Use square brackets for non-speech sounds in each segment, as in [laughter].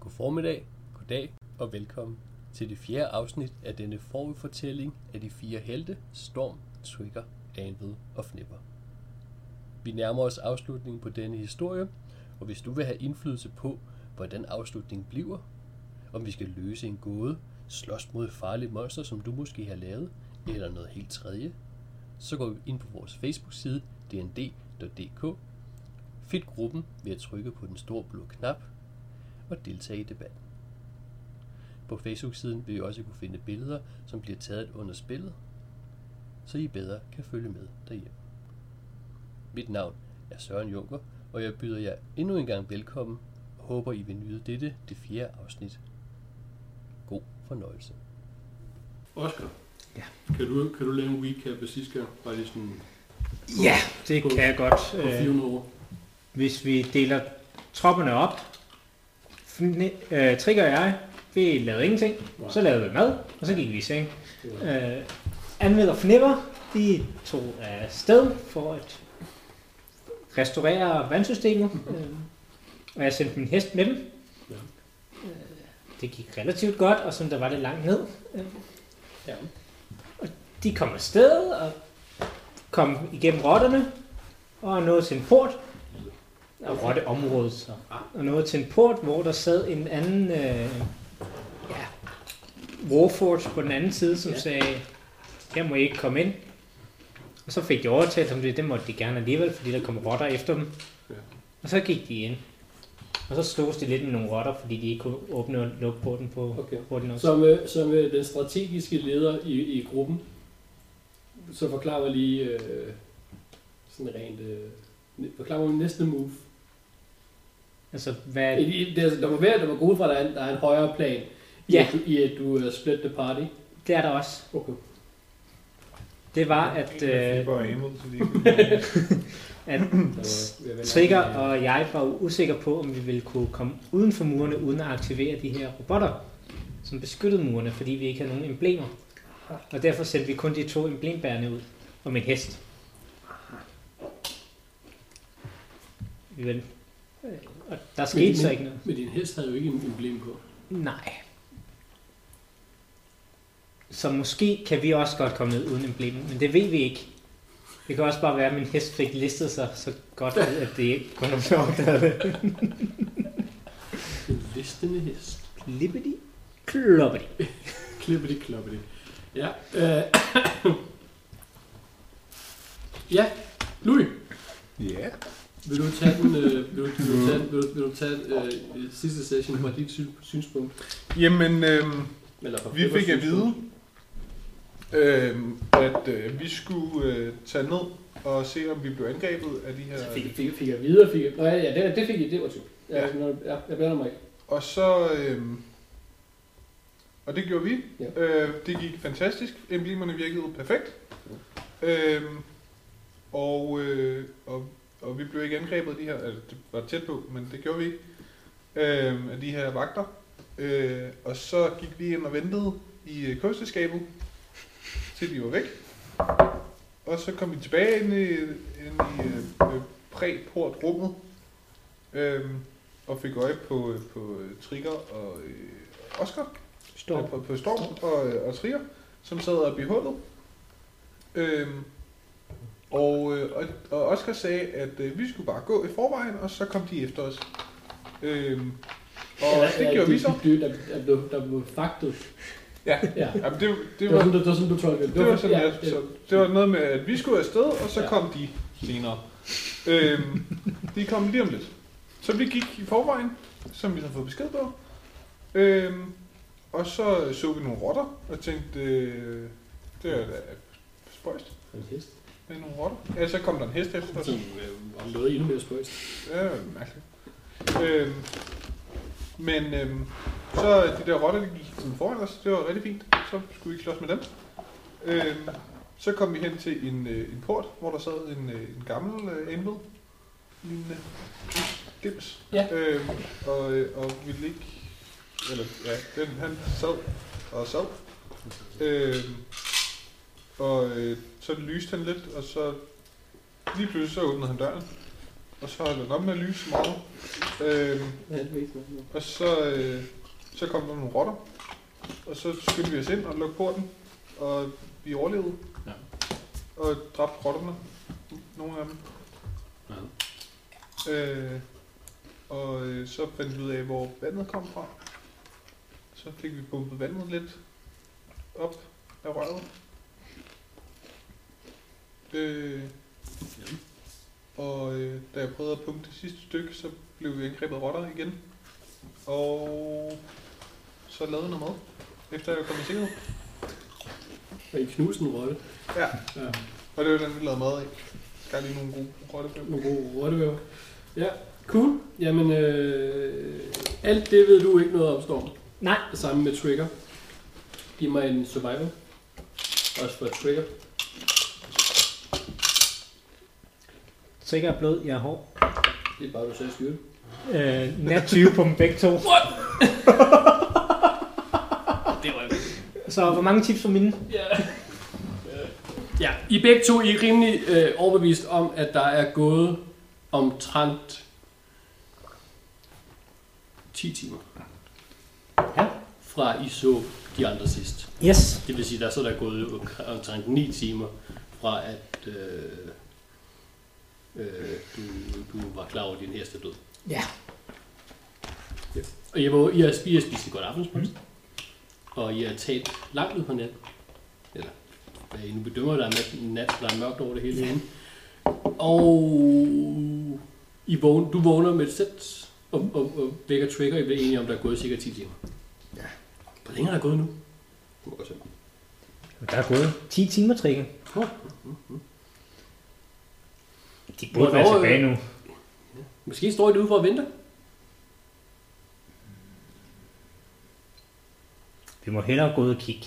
God formiddag, goddag og velkommen til det fjerde afsnit af denne forudfortælling af de fire helte, Storm, Trigger, Anved og Flipper. Vi nærmer os afslutningen på denne historie, og hvis du vil have indflydelse på, hvordan afslutningen bliver, om vi skal løse en gåde, slås mod et farligt monster, som du måske har lavet, eller noget helt tredje, så går vi ind på vores Facebook-side dnd.dk, find gruppen ved at trykke på den store blå knap og deltage i debatten. På Facebook-siden vil I også kunne finde billeder, som bliver taget under spillet, så I bedre kan følge med derhjemme. Mit navn er Søren Junker, og jeg byder jer endnu en gang velkommen og håber, I vil nyde dette, det fjerde afsnit. God fornøjelse. Oscar, Ja. kan, du, kan du lave en recap af sidste gang? Bare lige sådan Ja, det kan jeg godt. på Øh, 400 ord. hvis vi deler tropperne op, fne- øh, Trigger og jeg, vi lavede ingenting, så lavede vi mad, og så gik vi i seng. Øh, Anved og Fnipper, de tog afsted for at restaurere vandsystemet, øh, og jeg sendte min hest med dem. Ja. Øh, det gik relativt godt, og sådan der var det langt ned. Øh, Ja. Og de kom afsted, og kom igennem rotterne, og nåede til en port, og rotteområdet så. Og nåede til en port, hvor der sad en anden, øh, ja, Warforge på den anden side, som ja. sagde, her må I ikke komme ind. Og så fik de overtalt dem det, det måtte de gerne alligevel, fordi der kom rotter efter dem. Ja. Og så gik de ind. Og så slogs de lidt med nogle rotter, fordi de ikke kunne åbne og lukke porten på Okay. hurtigt nok. Som, øh, som øh, den strategiske leder i, i gruppen, så forklarer mig lige øh, sådan rent... Øh, ne- forklarer mig næste move. Altså, hvad... I- i- Det, er- der må være, der må gå ud fra, at der er en, der er en højere plan, i, Ja. at du, i at du uh, split the party. Det er der også. Okay. Det var, at, øh, [clears throat] at Så, øh, Trigger og jeg var usikre på, om vi ville kunne komme uden for murene, uden at aktivere de her robotter, som beskyttede murene, fordi vi ikke havde nogen emblemer. Og derfor sendte vi kun de to emblembærende ud, og min hest. Vi vendte. Øh, Og der skete så ikke noget. Men din hest havde jo ikke en emblem på. Nej. Så måske kan vi også godt komme ned uden emblemet, men det ved vi ikke. Det kan også bare være, at min hest fik listet sig så godt, ud, at det ikke kun er opdaget det. En listende hest. Klippity, kloppity. Klippity kloppity. Ja. Øh. ja, Louis, Ja. vil du tage den, øh, vil, du, vil du tage, den- vil, du, vil du tage øh, sidste session fra dit syn, synspunkt? Jamen, øhm, Eller fra vi fik Peppers at vide, synspunkt? øhm, at øh, vi skulle øh, tage ned og se, om vi blev angrebet af de Altså, her... fik, fik, fik jeg videre, fik jeg... Nå, ja, ja, det, det fik jeg, det var typ. Ja, Ja. ja. ja jeg blander mig ikke. Og så... Øhm, og det gjorde vi. Ja. Øh, det gik fantastisk. Emblemerne virkede perfekt. Øhm, og, øh, og, og vi blev ikke angrebet af de her... Altså, det var tæt på, men det gjorde vi ikke. Øhm, af de her vagter. Øh, og så gik vi ind og ventede i øh, kosteskabet, til de var væk. Og så kom vi tilbage ind i, ind i øh, øh, præportrummet. Øhm, og fik øje på, øh, på øh, Trigger og øh, Oscar, Storm. øh, på, på Storm og, øh, og Trigger, som sad og i hullet. Øhm, og, øh, og, og Oscar sagde, at øh, vi skulle bare gå i forvejen, og så kom de efter os. Øhm, og Eller- det eller gjorde de- vi så. de- Der, der, blev, der blev faktet. Ja. ja. Jamen, det, Det det, var, var, sådan, det, det var sådan, du tolkede det var sådan, ja, jeg, så, det var noget med, at vi skulle afsted, og så Ja. kom de senere. Øhm, de kom lige om lidt. Så vi gik i forvejen, som vi havde fået besked på. Øhm, og så så vi nogle rotter, og tænkte, øh, det er da spøjst En hest. med nogle rotter. Ja, så kom der en hest efter, og så Som øh, var noget endnu mere spøjst. Ja, det var mærkeligt. Øhm, men øhm, så de der rotter, de gik sådan foran os, det var rigtig fint. Så skulle vi ikke slås med dem. Øhm, så kom vi hen til en, øh, en port, hvor der sad en, øh, en gammel øh, enved. Lignende dims. Ja. Øhm, og, øh, og ville ikke... Eller, ja, den, han sad og sad. Øhm, og øh, så lyste han lidt, og så lige pludselig så åbnede han døren. og så holdt den op med at lyse meget. Øhm, og så, øh, så kom der nogle rotter, og så skyndte vi os ind og lukkede porten, og vi overlevede. Ja. Og dræbte rotterne, nogle af dem. Ja. Øh, og øh, så fandt vi ud af, hvor vandet kom fra. Så fik vi pumpet vandet lidt op af røret. Øh, og øh, da jeg prøvede at pumpe det sidste stykke, så blev vi angrebet af rotter igen. Og så lavede jeg noget mad, efter jeg kom i sikkerhed. Og I knuste en rolle. Ja, Ja. og det var den, vi lavede mad af. Skal lige nogle gode rottefilm. Nogle gode rottevæver. Ja, cool. Jamen, øh, alt det ved du ikke noget om, Storm. Nej. Sammen med Trigger. Giv mig en survival. Også for Trigger. Trigger er blød, jeg er hård. Det er bare, du selv styrer. Øh, nat 20 på [laughs] dem begge to. Det var Så hvor mange tips for mine? Ja. ja, I er begge to I er rimelig øh, overbevist om, at der er gået omtrent 10 timer. Ja. Fra I så de andre sidst. Yes. Det vil sige, der er så der er gået omkring- omtrent 9 timer fra at øh, øh, du, du var klar over at din hest er død. Ja. Og I har, I har, I har spist et godt aftensmål. Mm. Og I har talt langt ud på nat. Eller, hvad I nu bedømmer, der er nat, nat der er mørkt over det hele hjemme. Og I vågn, du vågner med et sæt og, og, og vækker trigger. I bliver enige om, der er gået cirka 10 timer. Ja. Hvor længe er der gået nu? Du må godt se. Der er gået 10 timer trikken. Nå. De burde være Hvornår, tilbage øh, nu. Måske står I derude for at vente. Vi må hellere gå ud og kigge.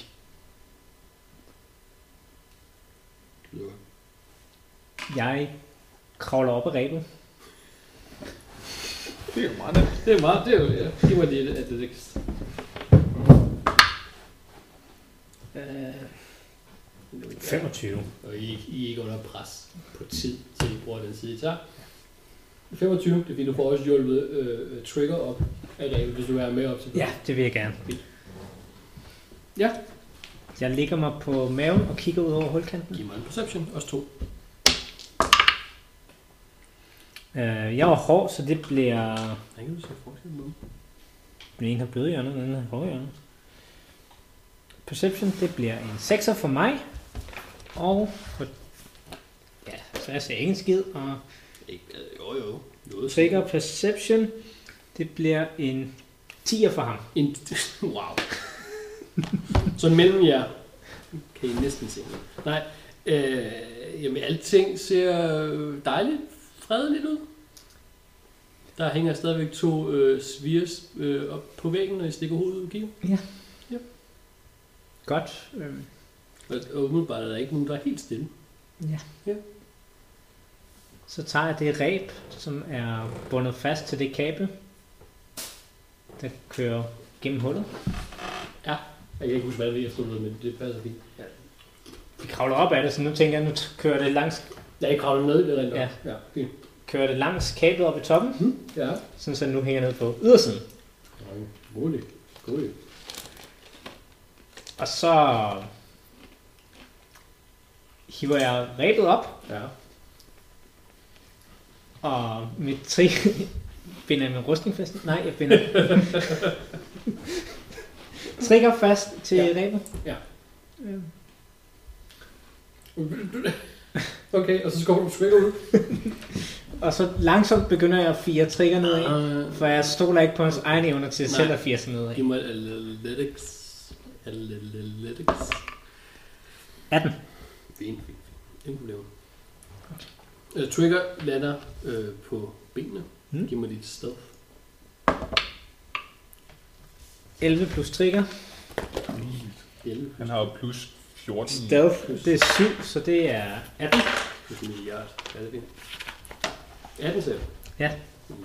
Jeg kravler op ad rebet. Det er jo meget nemt. Det er meget, det er jo, ja. Giv mig lige et athletics. Øh, 25. Og I, I er ikke under pres på tid, så I bruger den tid, I tager. 25, det er fordi, du får også hjulpet øh, trigger op af ræven, hvis du er med op til det. Ja, det vil jeg gerne. Ja. Jeg ligger mig på maven og kigger ud over hulkanten. Giv mig en perception, også to. Øh, jeg var hård, så det bliver... Hvordan kan du se forskel på dem? Den ene har bløde hjørne, den anden har hårde hjørne. Perception, det bliver en 6'er for mig. Og... For, ja, så jeg ser ikke en skid. Og Ikke, øh, jo jo, noget. trigger perception, det bliver en 10'er for ham. En, [laughs] wow. så mellem jer kan I næsten se det. Nej, øh, jamen alting ser øh, dejligt, fredeligt ud. Der hænger stadigvæk to øh, svirs øh, op på væggen, når I stikker hovedet ud i kigger. Godt. Øh, Og, og umiddelbart er der ikke nogen, der er helt stille. Så tager jeg det ræb, som er bundet fast til det kabel, der kører gennem hullet. Jeg kan ikke huske, hvad det er, jeg stod med, men det passer fint. Vi kravler op ad det, så nu tænker jeg, nu t- kører det langs, Ja, I kravler ned, det er rent Ja. nok. Ja, fint. Hm? kører det langs kablet op i toppen, Ja. sådan så den nu hænger ned på ydersiden. Rolig. Rolig. Og så hiver jeg rebet op, Ja. og mit tri [laughs] binder jeg min rustning fast. Nej, jeg [laughs] binder trigger fast til Ja. ja. rebet. Øh, Okay, og så skubber du trigger ud. Og så langsomt begynder jeg at fire trigger ned i. Uh, Øh, For jeg stoler ikke på hans egne evner til Nej. selv at fire sig nedad. Giv mig et athletics. Athletics. 18. Fint, fint, fint. Ingen problemer. Øh, Trigger lander øh, på benene. Mm. Giv mig dit stealth. 11 plus trigger. Mm. 11 Han har jo plus 14. Stealth, det er 7, så det er 18. plus en milliard. Ja, det er fint. 18 selv. Ja. Mm.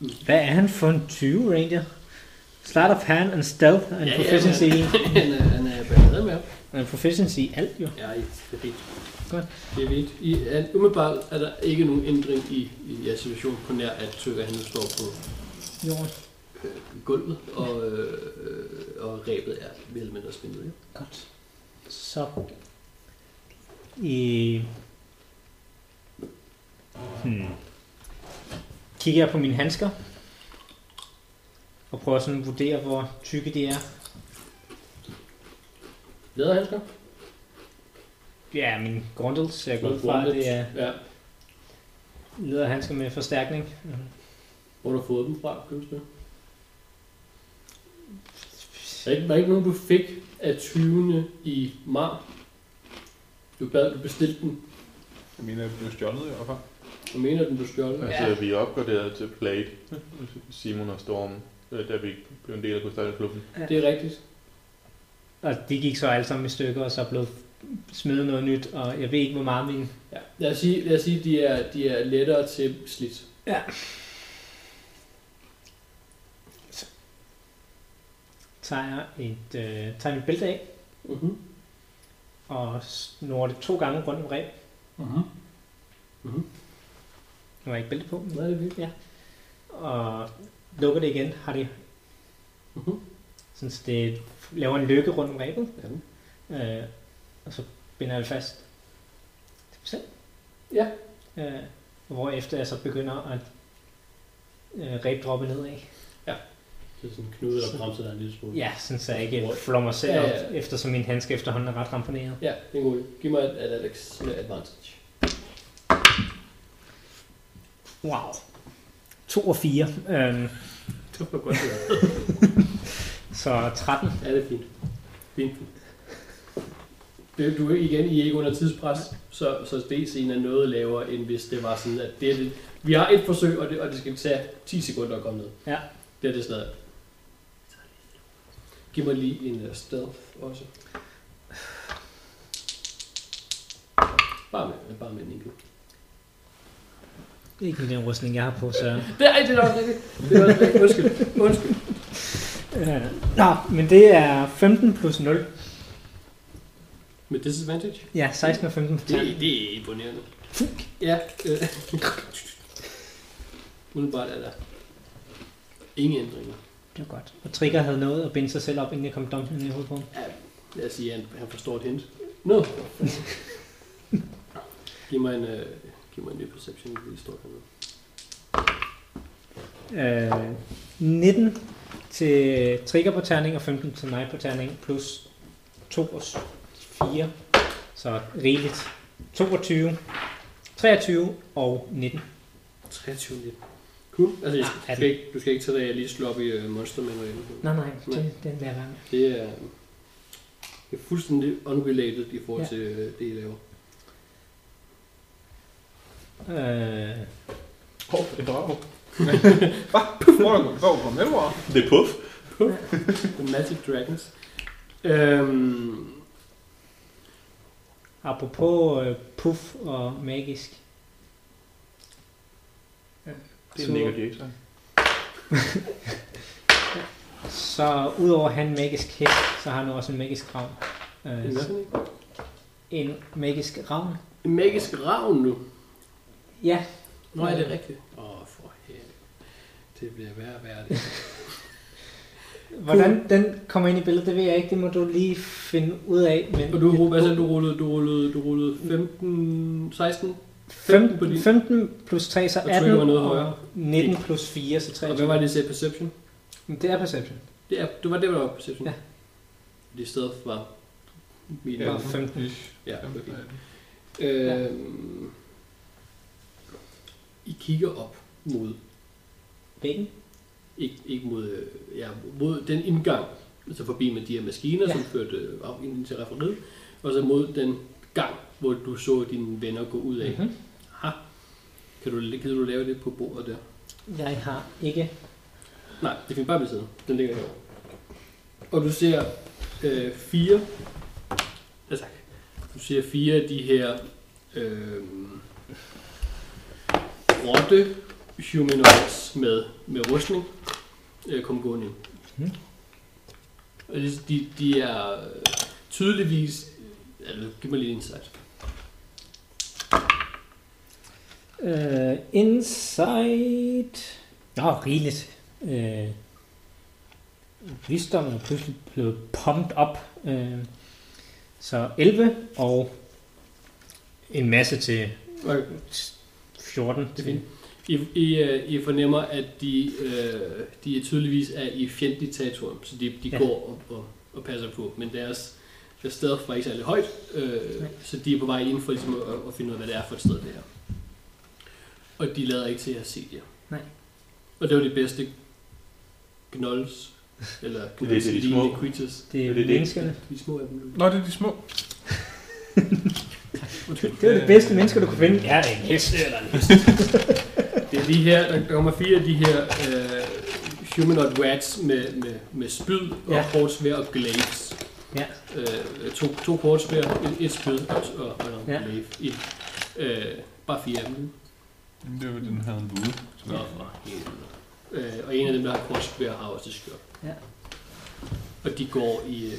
Mm. Hvad er han for en 20 ranger? Start of hand and stealth and Ja, ja, [laughs] proficiency. Han er, han er blandet med ham. And proficiency i alt jo. Ja, det er fint. godt. Det er vildt. I, an- umiddelbart er der ikke nogen ændring i, i jeres situation på nær, at Tøkker han nu står på Jorden. gulvet, og, øh, øh, og rebet er mere eller mindre spændt ud. ja. Godt. Så... I... Hmm. Kigger jeg på mine handsker. Og prøver sådan at vurdere, hvor tykke de er. Læderhandsker? Ja, min grundels, så jeg går ud Hvor fra, er at det er Ja. lederhandsker med forstærkning. Hvor har du fået dem fra, kan du spørge? Der er ikke, var ikke nogen, du fik af 20. i mar. Du bad, du bestilte den. Jeg mener, jeg blev stjålet i hvert [laughs] fald. Du mener, den blev stjålet. Altså, ja. vi er opgraderet til Plate, Simon og Storm, øh, da vi blev en del af Krystalklubben. Det er rigtigt. Og de gik så alle sammen i stykker, og så blev smidt noget nyt, og jeg ved ikke, hvor meget min... Ja. Lad os sige, lad os sige de, er, de er lettere til slidt. Tager jeg et, øh, tager mit bælte af, Mhm. og snor det to gange rundt om reb. Mhm. Nu har jeg ikke bælte på, men Hvad er det vildt? og lukker det igen, har det. Mhm. Sådan, så det laver en lykke rundt om rebet, Ja. øh, og så binder jeg det fast til mig selv. Ja. Øh, hvorefter jeg så begynder at øh, rebdroppe nedad. Det er sådan en knude, der bremser dig en lille smule. Ja, sådan så jeg ikke flår mig selv Mm. Ja, op, ja. eftersom min handske efterhånden er ret ramponeret. Ja, det er en god idé. Giv mig et, et Alex med advantage. Wow. 2 og 4. Øhm, Det var godt, [laughs] det så 13. Ja, det er fint. Fint. Det, du er igen i er ikke under tidspres, så, så DC'en er noget lavere, end hvis det var sådan, at det er det. Vi har et forsøg, og det, og det skal tage 10 sekunder at komme ned. Ja. Det er det stadig. Giv mig lige en uh, stealth også. Bare med, bare med en enkelt. Det er ikke den rustning, jeg har på, så... Det er, det er nok rigtigt. Det er nok rigtigt. Undskyld. Undskyld. Øh, nå, men det er 15 plus 0. Med disadvantage? Ja, 16 og 15 på Det, tanden. det er imponerende. Ja. Øh. Udenbart er der ingen ændringer. Det var godt. Og Trigger havde noget at binde sig selv op, inden jeg kom dumpende ned i hovedet på ham. Lad os sige, at han, han forstår et hint. Nå. No. giv mig en, øh, giv mig en ny perception, hvis det står hernede. Øh, 19 til Trigger på terning og 15 til mig på terning, plus 2 og 4. Så rigeligt. 22, 23 og 19. 23 lidt. Cool. Altså, jeg Ah, skal, skal ikke, du skal ikke tage dig, jeg lige slår op i øh, monstermænd og andet. Nej, nej, Nej. det, den lader være med. Det er, øh, det er fuldstændig unrelated i forhold Ja. ja. til øh, det, I laver. Øh, Åh, oh, det var Hvor er du hvor er du kommet med, bror? Det er puff. The Magic Dragons. Øhm, apropos øh, puff og magisk. Det Så- er Nick og Jason. Så udover at have en magisk hest, så har han også en magisk ravn. Øh, hvad for en? en magisk ravn. En magisk ravn nu. Ja, Nå, er det rigtigt? Åh, oh, for helvede. Det bliver værre og værre. Det. hvordan den kommer ind i billedet, det ved jeg ikke. Det må du lige finde ud af. Men Og du, Ru- hvad sagde du, du rullede, du rullede, du rullede 15, 16? 15 på 15, din- 15 plus 3, så Og 18. trigger var noget og højere. 19 plus 4, så Og hvad 23. var det, jeg sagde perception? Men Det er perception. Det, er, det var det, der var perception. Ja. Det sted var min. Ja. Ja. 15. ja okay. Okay. Ja. Øhm, I kigger op mod, Væggen? ikke, ikke mod, øh, ja, mod den indgang, altså forbi med de her maskiner, Ja. ja. som førte øh, op ind til refereret, og så mod den gang, hvor du så dine venner gå ud af. Mm-hmm. Aha. Kan du, kan du lave det på bordet der? Jeg har ikke... Nej, det kan bare blive siddende. Den ligger herovre. Og du ser øh, fire... Ja, tak. Du ser fire af de her... Øh, rotte humanoids med, med rustning øh, komme gående ind. Mhm. Og det- de, de er øh, tydeligvis... Altså, giv mig lige en insight. Øh, insight. Nå, rigeligt. Øh, visdom er pludselig blevet pumped op. Øh, så 11 og en masse til Okay. 14. Det er Til. fint. I, I, øh, I fornemmer, at de, øh, de er tydeligvis er i fjendtlig territorium, så de, de Ja. ja. går og, og, og passer på, men deres, deres sted var ikke særlig højt, øh, så de er på vej ind for ligesom, at, at finde ud af, hvad det er for et sted, det her. Og de lader ikke til at se jer. Nej. Og det var de bedste gnolls, eller er de gnolls-lignende små. creatures. Det er Det er det. menneskerne. De små af dem. Nå, det er de små. Undskyld. Det var det bedste mennesker, du kunne finde. Ja, det er en hest. Eller en hest. det er de her, der kommer fire af de her øh, humanoid rats med, med, med spyd og Ja. ja. hårdt svær og glaives. Ja. Øh, to, to hårdt svær, et, et spyd og, og, og en Ja. ja. glaive. Et, øh, bare fire af dem. Jamen, Det var den havde en bue. Så. Nå, for helvede. Øh, og en af dem, der har hårdt svær, har også et skjold. Ja. Og de går i... Øh,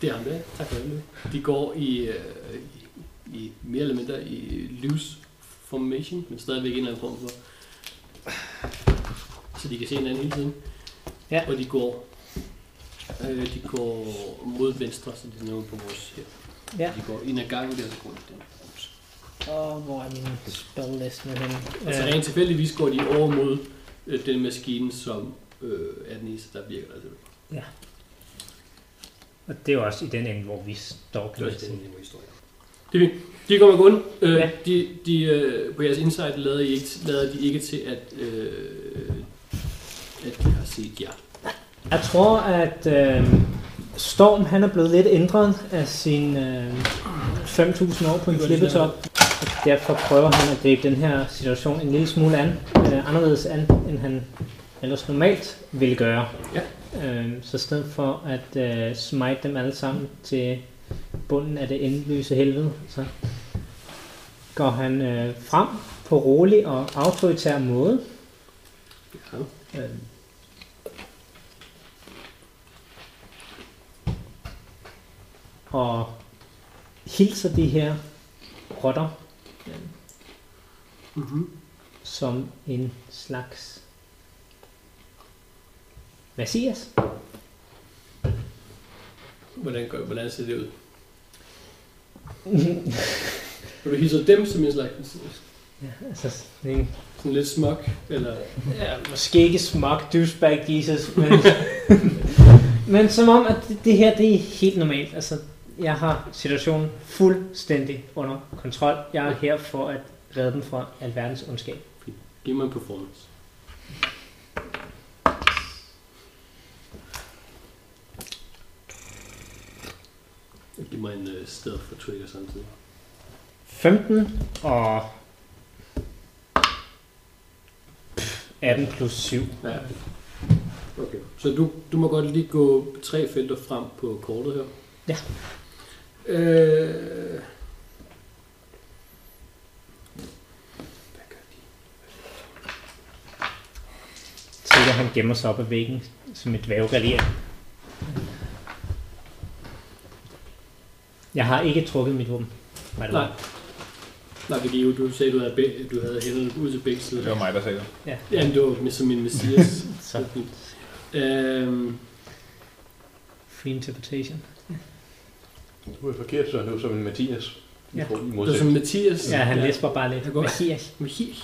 det er ham der. Tak for det. De går i, øh, i, i mere eller mindre i loose formation, men stadigvæk en eller anden form for. Så de kan se hinanden hele tiden. Ja. Og de går, øh, de går mod venstre, så de er nået på vores her. Ja. De går ind ad gangen der, så går de den. Og hvor er min spell list med henne? Og så Øh, Altså, rent tilfældigvis går de over mod øh, den maskine, som øh, er den eneste, der virker der til. Og det er jo også i den ende, hvor vi står Det kan er man også sige. den nemme historie. Det er fint. De kommer gående. Øh, Ja. ja. de, de, øh, på jeres insight lader, I ikke, lader de ikke til, at, øh, at de har set jer. Jeg tror, at øh, Storm han er blevet lidt ændret af sin øh, 5.000 år på en Det var klippetop. Og Derfor prøver han at gribe den her situation en lille smule an, øh, anderledes an, end han ellers normalt ville gøre. Ja. Øh, så i stedet for at øh, smite dem alle sammen til bunden af det endeløse helvede, så går han øh, frem på rolig og autoritær måde. Ja. Øh, og hilser de her rotter Mhm. Mm-hmm. som en slags Messias. Hvordan, gør, hvordan ser det ud? Mhm. Vil du hisse dem som en slags Altså sådan en, sådan lidt smuk? Eller? ja, måske ikke smuk douchebag Jesus, [laughs] men, men som om, at det- det her det er helt normalt. Altså, jeg har situationen fuldstændig under kontrol. Jeg er her for at redde dem fra alverdens ondskab. Giv mig en performance. Og Giv mig en øh, sted for trigger samtidig. 15 og 18 plus 7. Ja. Okay. Så du, du må godt lige gå tre felter frem på kortet her. Ja. Øh... Hvad gør de? Tigger han gemmer sig op ad væggen som et dværggalier. Jeg har ikke trukket mit våben. by the way. Nej. Nej, fordi jo, du sagde, du havde, bæ- du havde hænderne ud til begge sider. Det var mig, der sagde det. Ja. Jamen, det var med- som en [laughs] messias. Så øhm, free interpretation. Du er forkert, så det var som en Mathias. Ja. Ja. I det var som modsætning. Mathias. Ja, han læser bare lidt. Jeg går- Messias. Med hil.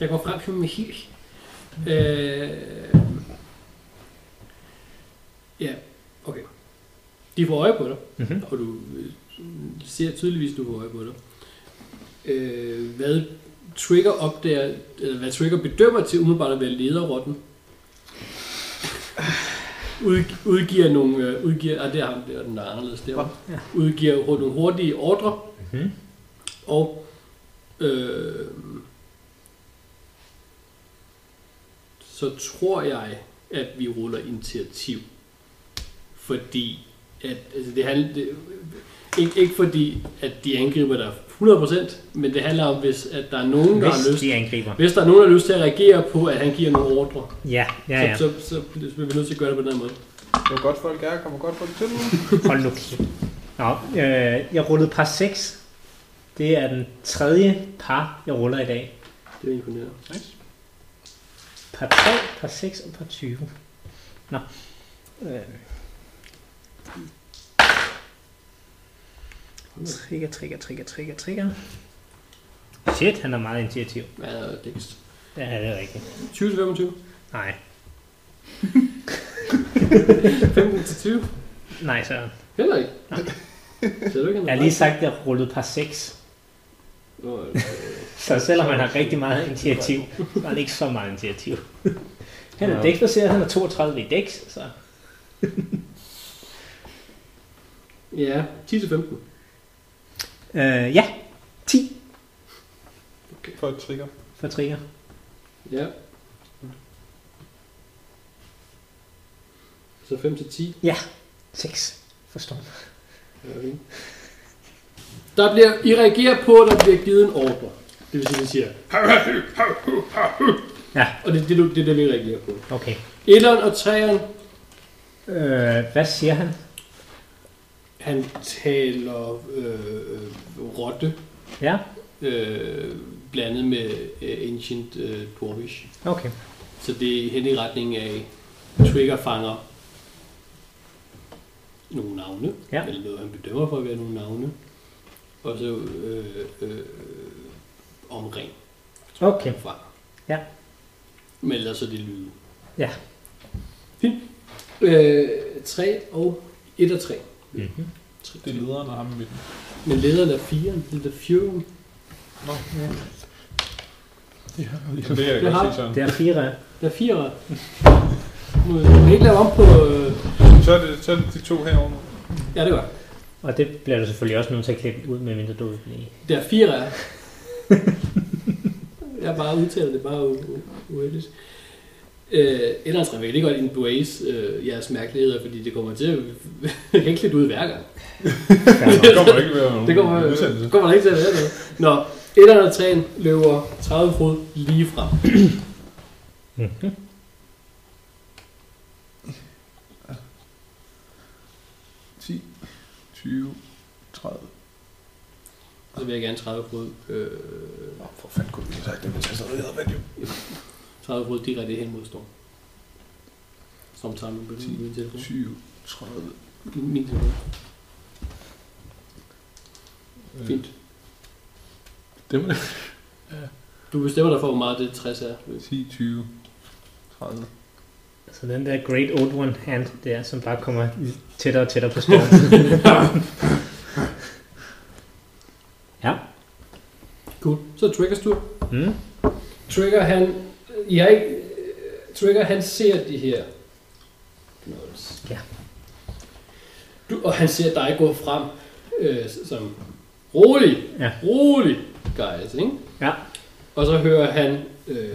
Jeg går frem til med hil. Øh... Ja, okay. De får øje på dig, Mhm. og du øh, ser tydeligvis, du får øje på dig. Øh, hvad Trigger opdager, eller hvad Trigger bedømmer til umiddelbart at være lederrotten, Ud, udgiver nogle, øh, udgiver, ah, det er ham der, den der er anderledes derovre, Ja. udgiver nogle hurtige ordre, Mhm. og øh, så tror jeg, at vi ruller initiativ. Fordi at, altså det handler, det, ikke, ikke fordi, at de angriber dig 100%, men det handler om, hvis at der er nogen, der har Hvis lyst, de angriber. hvis der er nogen, der har lyst til at reagere på, at han giver nogle ordre, Ja, ja, ja. så, så, så, så bliver vi nødt til at gøre det på den her måde. Det var godt folk er, kommer godt folk til nu. Hold nu kæft. Nå, øh, jeg rullede par 6. Det er den tredje par, jeg ruller i dag. Det er imponerende. Nice. Par 3, par 6 og par 20. Nå. Øh. Trigger, trigger, trigger, trigger, trigger. Shit, han er meget initiativ. Hvad er dækst? Ja, det er rigtigt. 20 til 25. Nej, 15 til 20. nej så. Heller ikke. Så er du ikke Jeg har lige sagt, at jeg rullede par 6. Så selvom han har rigtig meget initiativ, så har han ikke så meget initiativ. Han er Ja. dæksbaseret, han er 32 i dæks, så Ja, 10 til 15. Øh, ja, 10 For et trigger. for trigger. Ja. Så 5 til 10. 6 for storm. Okay. Der bliver, I reagerer på, at der bliver givet en ordre. Det vil sige, at I siger, Ja, og det, det, er det, det er det, vi reagerer på. okay. Etteren og treeren, Øh, hvad siger han? han taler øh, øh, rotte, Ja, øh, blandet med øh, ancient øh, dwarvish. okay. Så det er hen i retning af triggerfanger nogle navne, Ja. eller noget, han bedømmer for at være nogle navne, og så øh, øh, omring Okay, fanger. Ja. Men ellers er det lyde. ja. Fint. Øh, 3 og 1 og 3. Mm-hmm. Det er lederen og ham i midten. Men lederen er 4, det er Fury. Så det er jeg Det har- godt se sådan. Det er fire. Der er 4. Nu jeg kan ikke lave om på... Øh... Så er det, så er det de to herovre nu. Ja, det var. Og det bliver du selvfølgelig også nødt til at klippe ud, medmindre du vil blive... Der er 4. jeg bare udtaler det bare u- u- uheldigt. Øh, ellers vil jeg lige godt embrace øh, jeres mærkeligheder, fordi det kommer til at... [laughs] jeg kan ikke klippe det ud hver gang. Det kommer ikke ved at være Det kommer, nogen øh, udsendelse. kommer der ikke til at være noget. Nå, etteren og træen løber 30 fod lige frem. Mhm. Så vil jeg gerne 30 fod, øh, Nå, for fanden kunne vi have sagt det, hvis jeg sad og hedder, men jo. 30 fod direkte hen mod storm. Som tager min bølge min telefon. 20, 30. Min, min telefon. Fint. Det må det. Du bestemmer dig for, hvor meget det 60 er. 10, 20, 30. Så den der Great Old One Hand der, som bare kommer tættere og tættere på stormen. Cool. Så triggers du. Mm. Trigger han... Jeg ikke... øh, Trigger han ser de her... Knolds. Ja. Du, og han ser dig gå frem øh, som rolig, Ja. rolig guys, ikke? Ja. Og så hører han øh,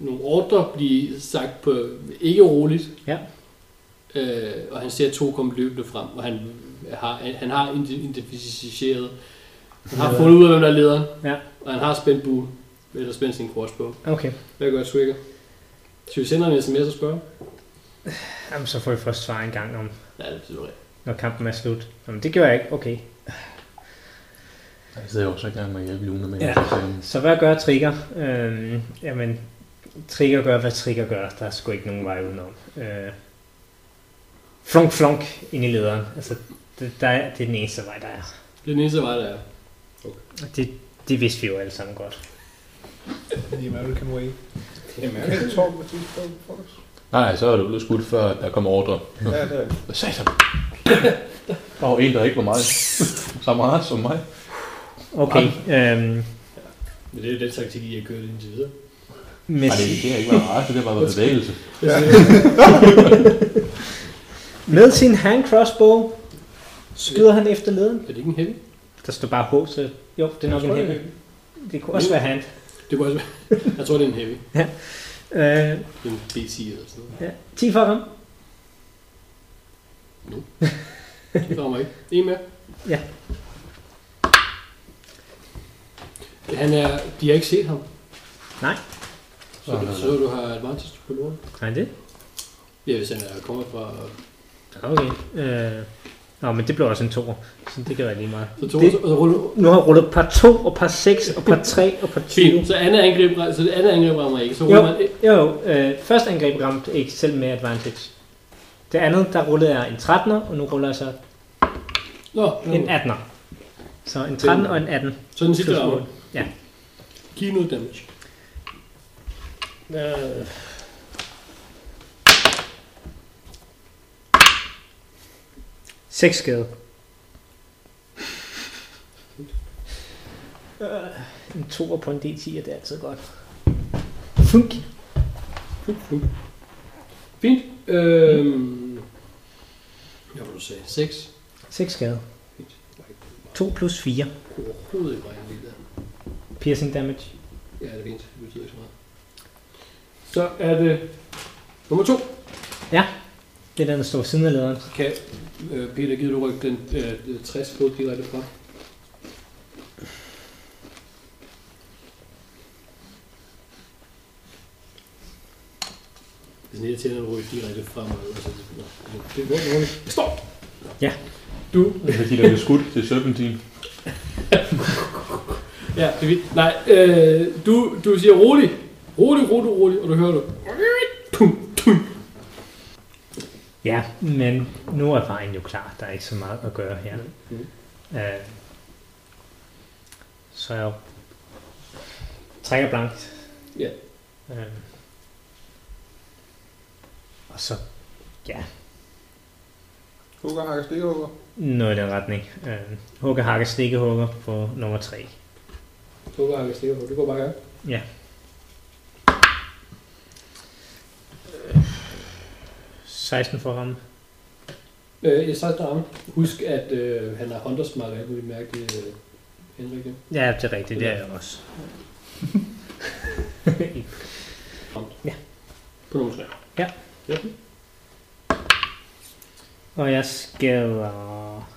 nogle ordre blive sagt på ikke roligt. Ja. Øh, og han ser to komme løbende frem, og han har, han har identi- identificeret. Han har fundet ud af, hvem der er lederen. Ja. Og han har spændt buen, eller spændt sin crossbow. Okay. Hvad gør Trigger? Skal vi sende ham en sms og spørge? Jamen, så får jeg først svare en gang, om, Ja, det betyder rigtigt. når kampen er slut. Jamen, det gør jeg ikke. Okay. Jeg sidder jo også i gang med at hjælpe Luna med. Ja. Ja. Så hvad gør Trigger? Øhm, jamen, Trigger gør, hvad Trigger gør. Der er sgu ikke nogen vej udenom. Øh, flunk, flunk ind i lederen. Altså, det, der er, det er den eneste vej, der er. Det er den eneste vej, der er. Og Det, det vidste vi jo alle sammen godt. The American Way. American Talk, hvad synes du? Nej, så er du blevet skudt, før der kom ordre. Ja, det er det. Hvad sagde han? Der var en, der ikke var mig. Så meget som mig. Okay, øhm, Men det er jo den taktik, I har kørt indtil videre. Nej, med, det, det har ikke været rart, det har bare været bevægelse. med sin hand crossbow skyder han efter leden. Er det ikke en heavy? Der står bare H, så jo, det er nok en heavy. Det kunne også være hand. Det kunne også være. Jeg tror, det er en heavy. Øh, Det er en BC eller sådan noget. ja. 10 for ham. Det kommer ikke. En mere. Ja. Han er, de har ikke set ham. Nej. Så, du, så du har advantage på lorten. Nej, det Ja, hvis han er kommet fra... Okay. Øh, Nå, men det blev også en toer, så det kan være lige meget. Så to, Det- så, så ruller Nu har jeg rullet par 2 og par 6 og par 3 og par 20. Fint. Så andet angreb, så det andet angreb rammer ikke. Så Jo. ruller man et. Jo, jo, øh, første angreb ramte ikke selv med advantage. Det andet, der rullede jeg en 13'er, og nu ruller jeg så Nå, nå. en 18'er. Så en 13 og en 18. sådan plus sidste rammer. otte. Ja. Giv noget damage. Øh, Seks skade. Øh, en toer på en D10 er det altid godt. Funk. Fint. Øhm, hvad var du sagde? 6. Seks skade. 2 plus 4. Kunne overhovedet ikke regne det der. Piercing damage. Ja, det er fint. Det betyder ikke så meget. Så er det nummer to. Det er den, der står ved siden af lederen. Kan øh, Peter, gider du rykke den øh, 60 fod direkte fra? Det er sådan irriterende at rykke direkte fremad. og så- Nå, Det er godt, roligt. Stop! Ja. Du Fordi der blev skudt til Serpentine. Ja, det er vildt. Nej, øh, du, du siger rolig. Rolig, rolig, rolig, og du hører du. Tum, tum. Ja, men nu er vejen jo klar. Der er ikke så meget at gøre her. Mm. Øh, så jeg trækker blankt. Ja. Øh, og så Hugger, hakker, stikker, hugger. noget i den retning. Øh, hugger, hakker, stikke, hugger på nummer 3. Du går hakke stikker på. Du går bare i gang. Øh, 16 for at ramme. Øh, jeg sagde ramme. Husk, at øh, han har Hunters Mark og alt muligt mærkeligt, øh, Henrik. ikke? Ja, det er rigtigt. Det er jeg også. På nummer 3. Og jeg skader...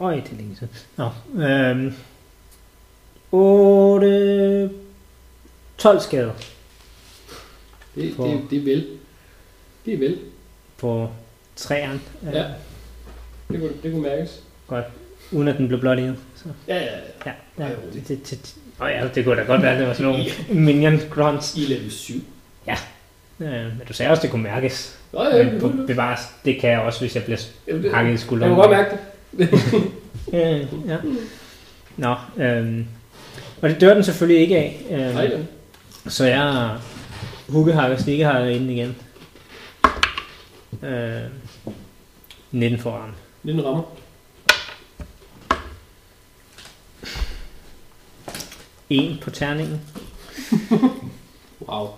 Øj, det er længe siden. Nå, øhm, 8... 12 skader Det, For- det, det er vel. Det er vel. på træeren. øh, Ja. Det kunne, det kunne mærkes. Uden at den blev blot i. Så, Ja, ja, ja. ja, ja, Ej, det, roligt. det, det, Nå ja, det kunne da godt være, at det var [laughs] sådan nogle minion grunts. I er level 7. Øh, men du sagde også, at det kunne mærkes. Nå, ja, ja, Men det, be- bevares, det kan jeg også, hvis jeg bliver det, det, hakket i jeg skulderen. kunne godt mærke det. Øh, ja. Nå, øhm, og det dør den selvfølgelig ikke af. Nej, Øhm, ja. så jeg huggehakker snikkehakker ind igen. Øh, 19 for arm. 19 rammer. 1 på terningen. Wow.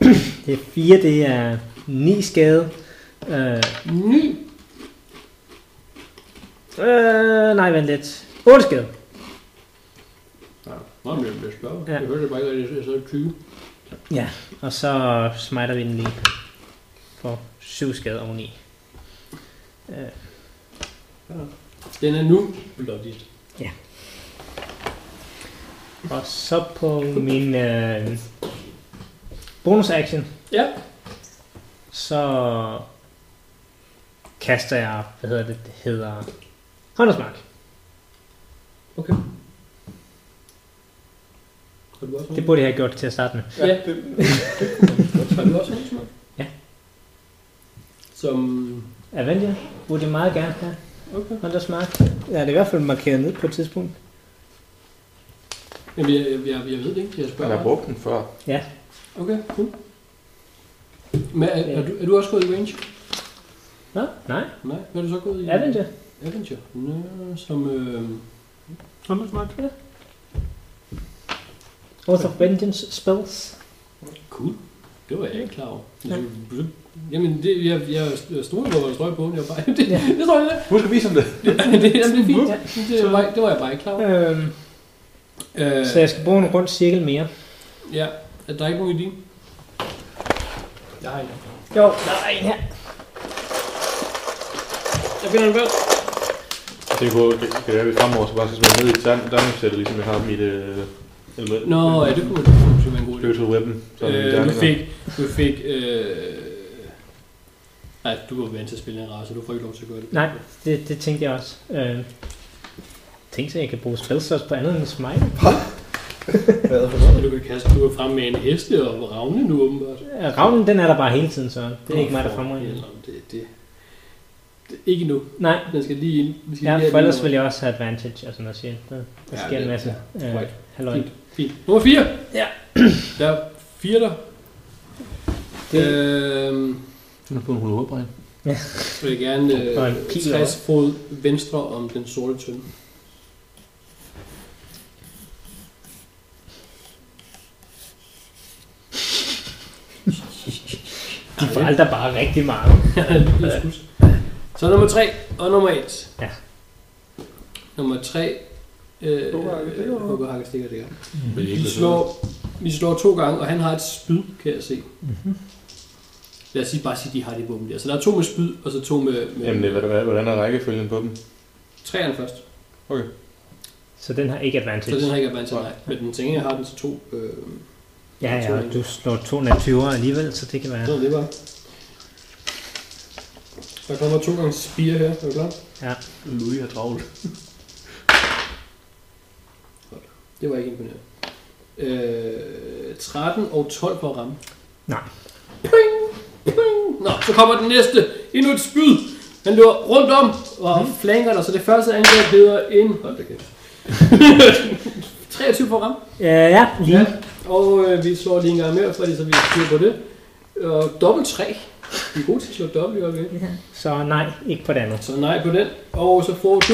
Det er 4, det er 9 skade. Øh, 9. øh, nej, vent lidt. 8 skade. Ja. Nå, men jeg bliver spørget. Ja. Ja. Jeg hørte det bare ikke, rigtig, jeg sagde 20. Og så smider vi den lige for 7 skade oveni. Øh, Den er nu bloodied. Og så på min øh, bonus action. Ja. Så kaster jeg, hvad hedder det, det hedder håndersmark. Har du også Det burde jeg have gjort til at starte med. Ja. Ja, det, Har du også håndsmag? Ja. Som... Avendia burde jeg meget gerne have Okay. håndersmark. Ja, det er i hvert fald markeret ned på et tidspunkt. Jamen, jeg, jeg, jeg, jeg ved det ikke. Jeg Han spørger. har bare. brugt den før. Okay, cool. Men er, er, du, er du også gået i range? Nå, nej. Nej, hvad er du så gået i? Avendia. Avenger. Nå, som... Øh, Håndersmark, ja. Oath of Vengeance spells. cool. Det var jeg ikke klar over. Ligesom, ja. Jamen, det, jeg, jeg, jeg stod på, jeg strøg på, men jeg var bare... [laughs] Det, Ja. det tror jeg, det er. Husk at vise ham det. Det, det, jamen, det er fint. Ja. Det, det, var, det var jeg bare ikke klar over. Øhm, Øh, så jeg skal bruge en rund cirkel mere. ja, er der ikke nogen i din? Jeg har en. Jo, der er en her. Jeg finder en først. Jeg tænker på, det kan være, at vi fremover så bare skal smide ned i et sand, dammingssæt, ligesom jeg har mit øh, element. Nå, ja, det kunne det kunne være en god idé. Spiritual weapon. Sådan øh, Øh, en du fik. fik, du fik øh, Nej, du var vant til at spille en race, så du får ikke lov til at gøre det. Nej. Det, det tænkte jeg også. Øh, tænk så, jeg kan bruge spilstof på andet end smite. Hvad er det for Og noget? du kan kaste du er frem med en heste og ravne nu åbenbart. Øh, Ravnen, den er der bare hele tiden, så det er ikke mig, der fremrykker. Eller om Det, det, det, ikke nu. Nej, Den skal lige ind. Vi skal ja, lige have for den ellers over. ville jeg også have advantage og sådan noget shit. Der, der Ja, sker det- en masse ja. øh, Right. halløj. Fint, fint. Nummer 4. Ja. [clears throat] Der er fire der. Det- Det... Øhm, Den har fået en hul hovedbrænd. vil jeg gerne øh, Og en pil 60 fod venstre om den sorte tønde. De foralter bare rigtig meget. [laughs] Så nummer 3 og nummer 1. Ja. Nummer 3. Øh, Huggerhakke, stikker. Huggerhakke stikker det Men det er Vi ikke slår, vi slår to gange, og han har et spyd, kan jeg se. Lad os sige, bare sige, de har det våben der. Så der er to med spyd, og så to med... med Jamen, det, er, hvad- hvordan er rækkefølgen på dem? Træerne først. Så den har ikke Så advantage. den har ikke advantage, nej. Men den tænker, jeg har den til to... Øh, Ja, ja, to og du slår to naturer alligevel, så det kan være... så er det bare. Der kommer to gange spire her, er du klar? Louis har travlt. [laughs] Det var ikke imponerende. Øh, 13 og 12 på at ramme. Nej. Ping, ping. Nå, så kommer den næste. Endnu et spyd. Han løber rundt om og flanker dig, så det første angreb hedder en... Hold da kæft. [laughs] 23 på at ramme. Ja, Øh, ja, lige. Ja. Og øh, vi slår lige en gang mere, fordi så vi har styr på det. Og dobbelt 3. Vi er gode til at slå dobbelt i øjeblikket. Så nej, ikke på det andet. Så nej på den. Og så får du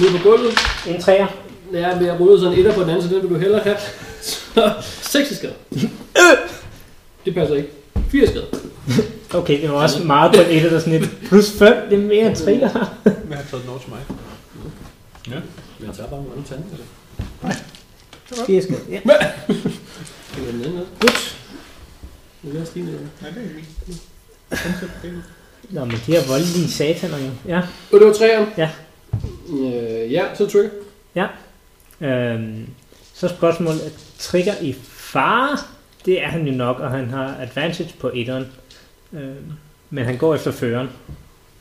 ned på gulvet. En træer. Ja, men jeg rodede sådan en etter på den anden, så den vil du hellere have. [laughs] Så 6 skade. Det passer ikke. 4 skade. Okay, det var også meget på et eller snit. Plus 5, det er mere end trigger. Men jeg har taget den over til mig. Men jeg tager bare nogle andre tanden, altså. eller? Fisk. Ja. Eller den anden, Godt. eller? Hvad er Stine, eller? Nej, det er min. Nå, men de her voldelige sataner jo. Ja. Og det var 3'eren? Ja. Øh, ja, så trigger. Øhm, så spørgsmålet er trigger i fare. Det er han jo nok, og han har advantage på etteren. Øhm, men han går efter føreren.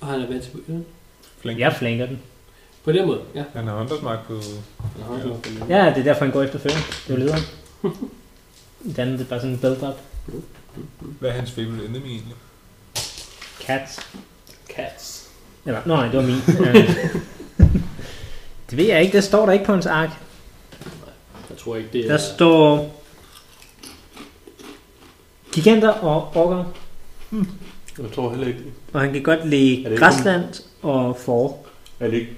Og han er vant til på den. Flink. Jeg flanker den. På den måde, ja. Han har håndersmagt på... Han har også nok på den anden. Ja, det er derfor, han går efter føreren. Det er jo [laughs] lederen. Det andet det er bare sådan en build up. Hvad er hans favorite enemy egentlig? Cats. Cats. Eller, nå, nej, det [laughs] var min. Øhm, det ved jeg ikke. Det står der ikke på hans ark. Jeg tror ikke, det er... Der står giganter og orker, Jeg tror heller ikke, og han kan godt Er det lide ikke græsland og får. er det ikke...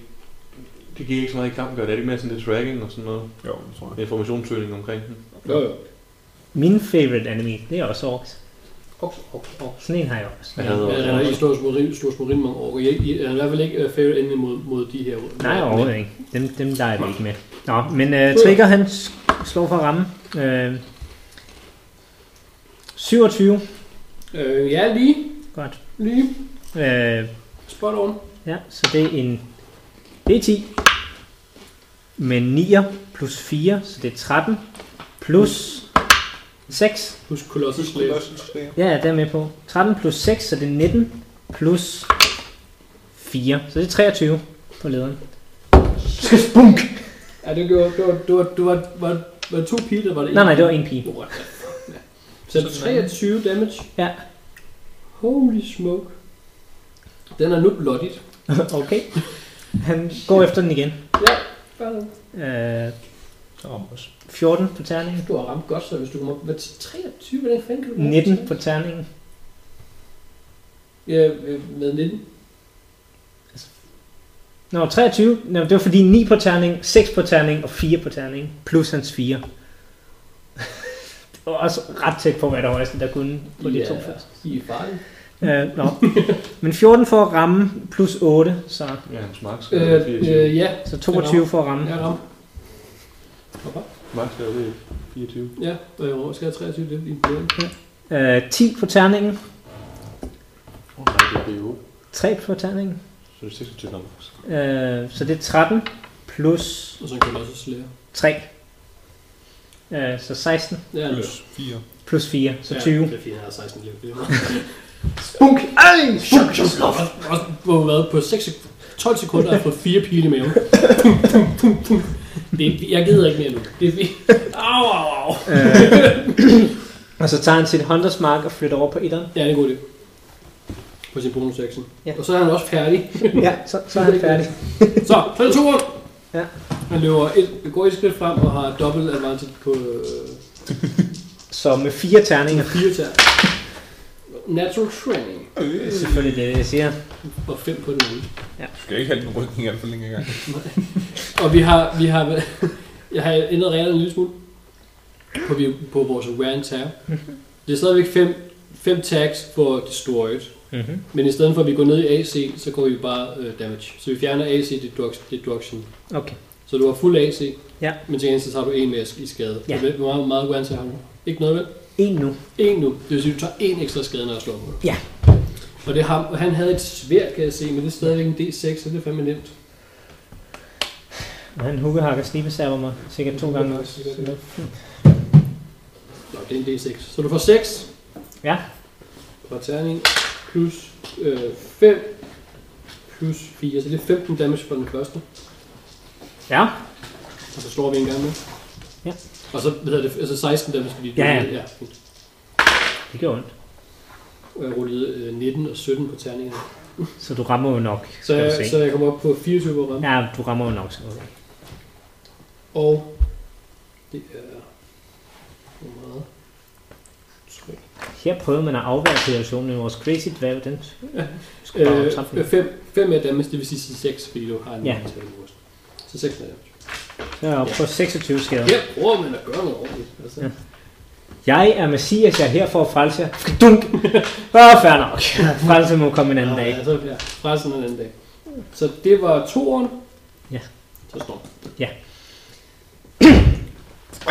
Det gik ikke så meget i kamp, gør det? Er det ikke mere sådan lidt tracking og sådan noget? Jo, det tror jeg. Informationssøgning omkring den? Jo, jo. Min favorite enemy, det er også orks. Oks, oks, oks. Sådan en har jeg også. Jeg Ja. havde Ja, også han har ikke slået smurin, slået smurin mange år. Jeg, jeg, han er i hvert fald ikke øh, favorite endelig mod, mod de her. Nej, overhovedet ikke. Dem, dem leger vi ikke med. Nå, men øh, Trigger han sk- slår for at ramme. Øh, 27. Øh, ja, lige. Godt. Lige. Øh, Spot on. ja, så det er en... Det er 10. Med 9 plus 4, så det er 13. Plus 6. Husk Colossus Slayer. Ja, ja, det er jeg med på. 13 plus 6, så det er 19 plus 4. Så det er 23 på lederen. Spunk! Ja, det gjorde, det var, det var, det var, var, var det to piger, der var det Nej, nej, det var en pige. What the fuck, mand. Så 23 damage. Ja. Holy smoke. Den er nu bloodied. Okay. Han går efter den igen. Ja, Øh, Så rammer os. 14 på terningen. du har ramt godt, så hvis du kommer op. Hvad, 23? Hvordan fanden kan du ramme 19 tre? på terningen. Ja, øh, med 19. Nå, 23. Nå, det var fordi 9 på terning, 6 på terning og 4 på terning. Plus hans 4. det var også ret tæt på, hvad der højeste der kunne på de Ja. to første. I er farlige. Øh, nå. Men 14 for at ramme, plus 8, så, Ja, hans max skal Øh, være 24. øh, ja, så 22 for at ramme. jeg ramte. Hoppa. Max skal være 24. Ja, og jeg over skal jeg 23, det er din bloding. Øh, 10 på terningen, Åh, nej, det er BO. 3 på terningen, Så det er 26 nummer. øh, så det er 13 plus Og så kan du også slære. 3, øh, så 16 Ja, Plus 4. plus 4, så Ja, 20. [laughs] Det er fint, jeg har 16 liv. Det er- Spunk! Ej! Spunk! Og hvor har været på 6, sek- 12 sekunder og fået fire pile i maven. Det er, jeg gider ikke mere nu. Det er fint. Au, au, au. Øh, Og så tager han sit Hunters Mark og flytter over på etteren. Ja, det er en god idé. På sin bonus action. Ja. Og så er han også færdig. Ja, så, så er han færdig. Så, så er det to Ja. Han løber et, går et skridt frem og har dobbelt advantage på øh, Så med fire terninger. fire tær. Natural training. Det er selvfølgelig det, jeg siger. Og fem på den anden. Du skal ikke have den rykning alt for længe engang. Og vi har, vi har, jeg har ændret reglerne en lille smule på, vi- på vores rant tab. Det er stadigvæk fem, fem tags for destroyed. Mm-hmm. Men i stedet for at vi går ned i AC, så går vi bare øh, damage. Så vi fjerner AC deduction. deduction. Okay. Så du har fuld AC, Ja. men til gengæld så tager du en mere i skade. Ja. Hvor meget, hvor meget rant tab har du? Ikke noget, vel? En nu. En nu. Det vil sige, at du tager en ekstra skade, når jeg slår på dig. Ja. Og det er ham, og han havde et svært, kan jeg se, men det er stadigvæk en D6, så det er fandme nemt. Og Han huggehakker snibeserver mig sikkert to gange også. så det- Nå, det er en D6. Så du får 6. Ja. Fra terning. Plus øh, 5. Plus 4. Så det er 15 damage på den første. Ja. Og så slår vi en gang med. Ja. Og så hvad hedder det, altså 16 damage, fordi du- Ja, ja. ja fint. Det gør ondt. Og jeg rullede øh, 19 og 17 på terningerne. Så du rammer jo nok. Så Skal du jeg, så se. jeg kommer op på 24 på ramme. Ja, du rammer jo nok. Skal du se. Og det er... Hvor meget? 3. Her prøvede man at afværge situationen i vores crazy dværg. Den skulle bare øh, træffe. 5 er damage, det vil sige 6, fordi du har en Ja. ja. til øverst. Så 6 er damage. Jeg er oppe på 26 skader. Her prøver man at gøre noget ordentligt. Altså. Ja. Jeg er Messias, jeg er her for at frelse jer. Dunk! Åh, fair nok. Frelse må komme en anden Nå, dag. Ja, så, ja, fra sådan en anden dag. Så det var toeren. Ja. Så står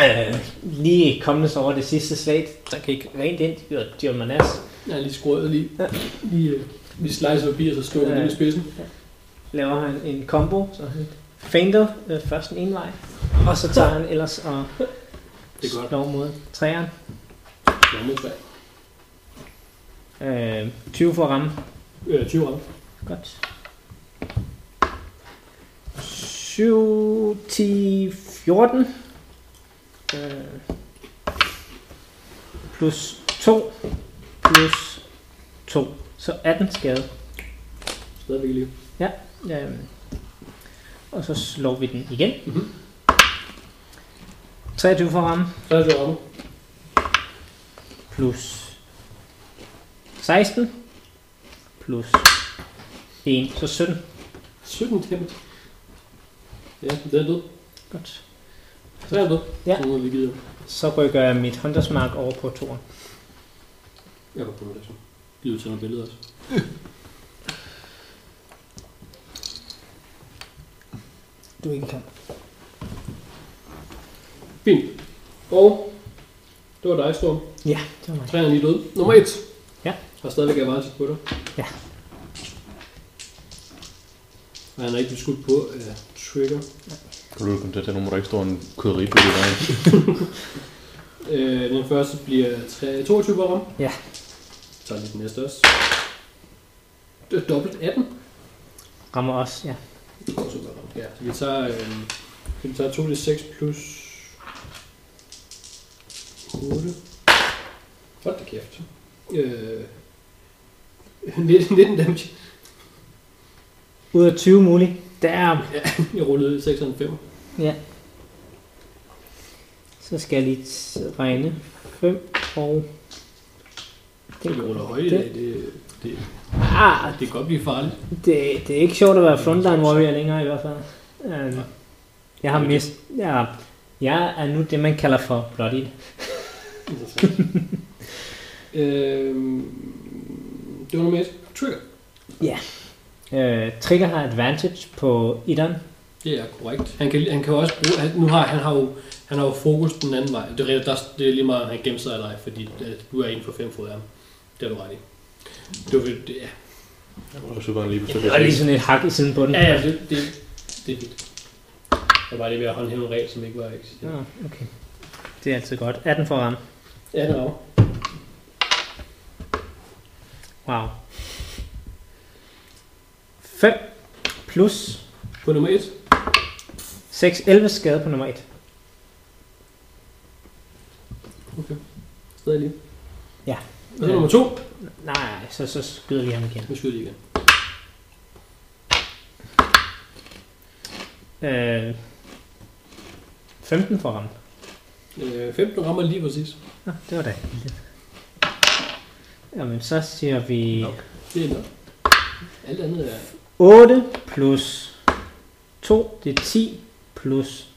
Øh, lige kommende så over det sidste slag, der gik rent ind, de gjorde John Manas. Jeg har lige skruet lige. Ja. Lige, øh, lige slicer papir, så stukker Ja. ja. i spidsen. Laver han en combo, så han feinter øh, først den ene vej, og så tager han ellers og Det er godt. slår mod træeren. Nå, mod bag. Øh, 20 for at ramme. Øh, 20 ramme. Godt. 7, 10, 14. Øh, plus 2. Plus 2. Så 18 skade. Stadigvæk lige. Øh, og så slår vi den igen. Mhm. 23 for ramme. Så er det ramme. Plus 16. Plus 1. Så 17. 17 tæmt. Ja, den er død. Godt. Så er den død. Ja. Nu må vi gider. Så rykker jeg mit Hunters Mark over på toren. Jeg kan prøve det så. Giv ud til nogle billeder også. Du ikke kan. Fint. Og det var dig, Storm. Ja, det var mig. Træner lige død. Nummer 1. Ja. Har stadigvæk advantage på dig. Ja. Og han er ikke blevet skudt på uh, trigger. Kan du komme til at tage nummer, der ikke står en kødderibøtte i vejen? Øh, den første bliver tre- 22 på rum. Ja. Så er det den næste også. Det er dobbelt 18. Rammer os, ja. Også på rum. Ja, så vi tager, øh, vi tager 2d6 plus 8. Hold da kæft. Øh, [laughs] 19, 19 damage. Ud af 20 muligt. Damn. Jeg rullede 6 og en 5. Ja. Så skal jeg lige t- regne 5 og... Det vi ruller højt i dag. Det, det, Ah, det kan godt blive farligt. det, det er ikke sjovt at være frontline warrior længere i hvert fald. Um, jeg har mist... Jeg, jeg er nu det, man kalder for bloodied. øhm, det var nummer 1. Trigger. Uh, trigger har advantage på etteren. Det er korrekt. Han kan, han kan også bruge... Han, nu har han har jo, han har jo fokus den anden vej. Det er, rigtigt, der, det er lige meget, om han gemmer sig eller ej, fordi øh, du er inden for 5 fod af ham. Det har du ret i. Du vil, det, ja. Og så var han lige på Og lige sådan et hak i siden på den. ja, ja, det, det, det er fint. Jeg var lige ved at håndhæve en regel, som ikke var eksisterende. Ah, okay. Det er altid godt. 18 for at ramme. Ja, det var. Wow. 5 plus På nummer 1. 6, 11 skade på nummer 1. Stadig lige. Ja. Og så nummer 2. Nej, så, så skyder vi ham igen. Nu skyder de igen. Øh, 15 for ham. Øh, 15 rammer lige præcis. Nå, det var da lidt. Jamen, så siger vi Nok. Det er nok. Alt andet er... 8 plus 2, det er 10, plus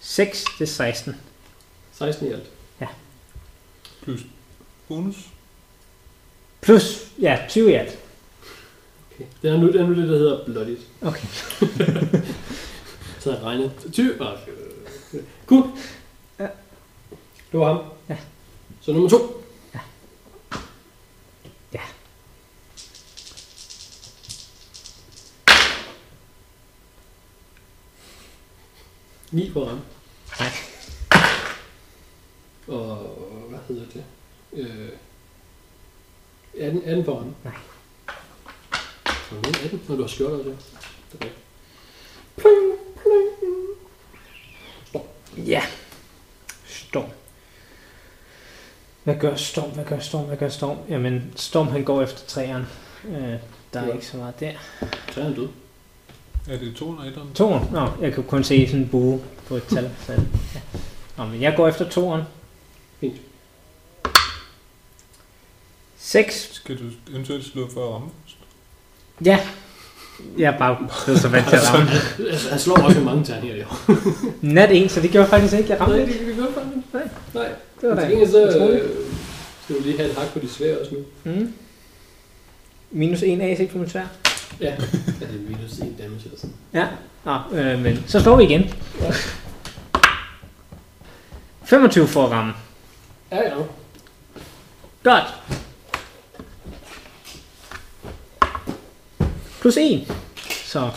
6, det er 16. 16 i alt. Plus bonus. Plus, ja, 20 i alt. Okay. Det er nu det, er nu det der hedder blodigt. Okay. [laughs] Så jeg regnet. 20. og, øh, Cool. Ja. Det var ham. Ja. Så nummer 2. Ni på ham. Nej. Og hvad hedder det? Øh, 18, 18 på ham. Nej. Har du nogen 18, når du har skjortet det? Det er rigtigt. Ja. Storm. Hvad gør Storm? Hvad gør Storm? Hvad gør Storm? Jamen, Storm han går efter træerne. Øh, der er Ja. ikke så meget der. Så er han død. Er det 201'eren? Toren? Nå, jeg kunne kun se sådan en bue på et tal. Så, ja. Nå, men jeg går efter toren. Fint. 6. Skal du eventuelt slå for at ramme? Ja. Jeg er bare blevet så vant til at [laughs] ramme. Altså, han slår også med mange terninger i år. Nat 1, så det gjorde jeg faktisk ikke. Jeg ramte Nej, ikke. det kan vi godt fange. Nej. Nej. Det var Men da til gengæld så utroligt. øh, skal du lige have et hak på de svære også nu. Mm. Minus 1 AC på min svær. Ja. ja det er minus 1 damage eller sådan. Ja. Nå, øh, men så slår vi igen. 25 for at ramme. Ja, ja. Godt. Plus 1. Så.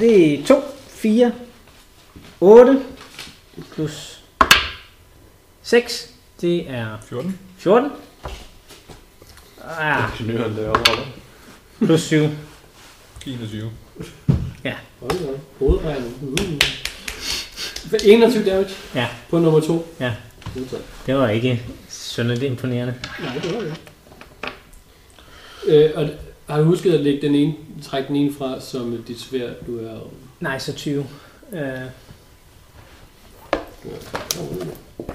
Det er 2, 4, 8, plus 6, det er 14. 14. Ah, Ingeniøren derovre. eller? plus 7. 21. Hold da. op. Hovedregning. Mm. 21 damage. Ja. På nummer 2. Ja. Modtaget. Det var ikke synderligt imponerende. Nej, det var det. ikke. Øh, og har du husket at lægge den ene, trække den ene fra, som øh, dit svær, du er... Nej, så 20. Øh, Du er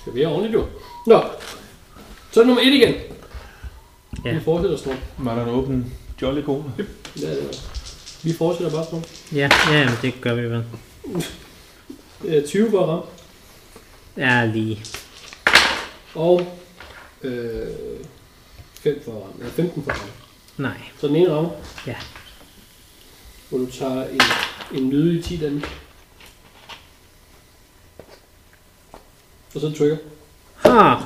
Skal vi have ordentligt, jo? Nå, så er det nummer 1 igen. Ja. Vi fortsætter, Storm. Var der en åben jolly kone? Ja, det var. Vi fortsætter bare, Storm. ja, ja, jamen, det gør vi vel. Øh, 20 var ramt. Ja, lige. Og øh, 5 for ramme. Eller 15 for ramme. Nej. Så den ene rammer. Ja. Hvor du tager en, en nydelig 10 den. Og så trykker. Ah.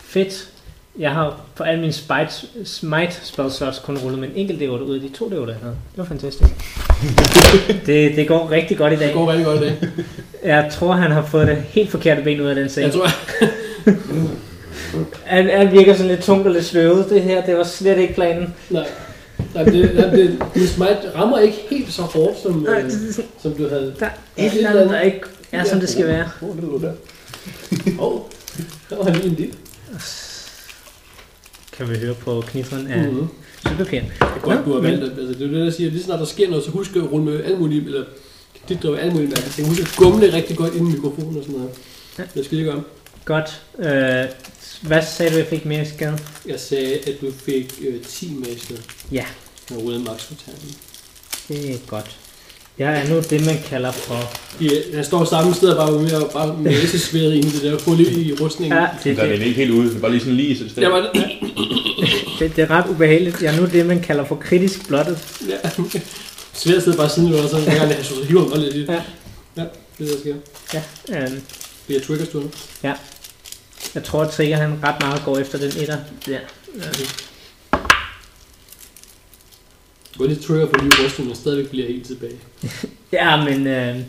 Fedt. Jeg har på alle mine smite, smite spell slots kun rullet med en enkelt D8 ud af de to D8, jeg havde. Det var [laughs] fantastisk. det, det går rigtig godt i Det dag. går rigtig godt i dag. Jeg tror, han har fået det helt forkerte ben ud af den seng. Jeg tror, Han, han virker sådan lidt tungt og lidt sløvet. Det her, det var slet ikke planen. nej. Nej, men det, nej, men det, det smite rammer ikke helt så hårdt, som, Nej, øh, det- det- som du havde. oh, Der er et eller andet, der ikke er, som det skal være. Hvor er det, du der? Åh, oh, der var lige en del. Kan vi høre på knifren af Mhm. sølvpapir. Det er godt, du har Nå, valgt at, altså, det er jo det, der siger, lige snart der sker noget, så husk at rulle med alle mulige, eller det driver alle mulige mærke. Husk at gumle rigtig godt inden mikrofonen og sådan noget. Ja. Det skal jeg gøre. Godt. Øh, hvad sagde du, jeg fik mere skade? Jeg sagde, at du fik øh, 10 med i stedet. Ja. Når du rydder max på terningen. Det er godt. Jeg er nu det, man kalder for... Ja, han står samme sted og bare med at bare næsesværet ind i det der hul i rustningen. Ja, Ja. Mm. det, Der er det, den ikke helt ude, den var lige sådan lige så Jeg var, det, det er ret ubehageligt. Jeg er nu det, man kalder for kritisk blottet. ja. Sværet sidder bare siden, og så hver gang, han så hiver mig lidt i det. Ja. Ja, det er der sker. Ja, øhm, Vi har triggers nu. jeg tror, at Trigger han ret meget går efter den etter. Ja. Det var lige trigger for nye rustning, men stadigvæk bliver jeg helt tilbage. Ja, men... Øh,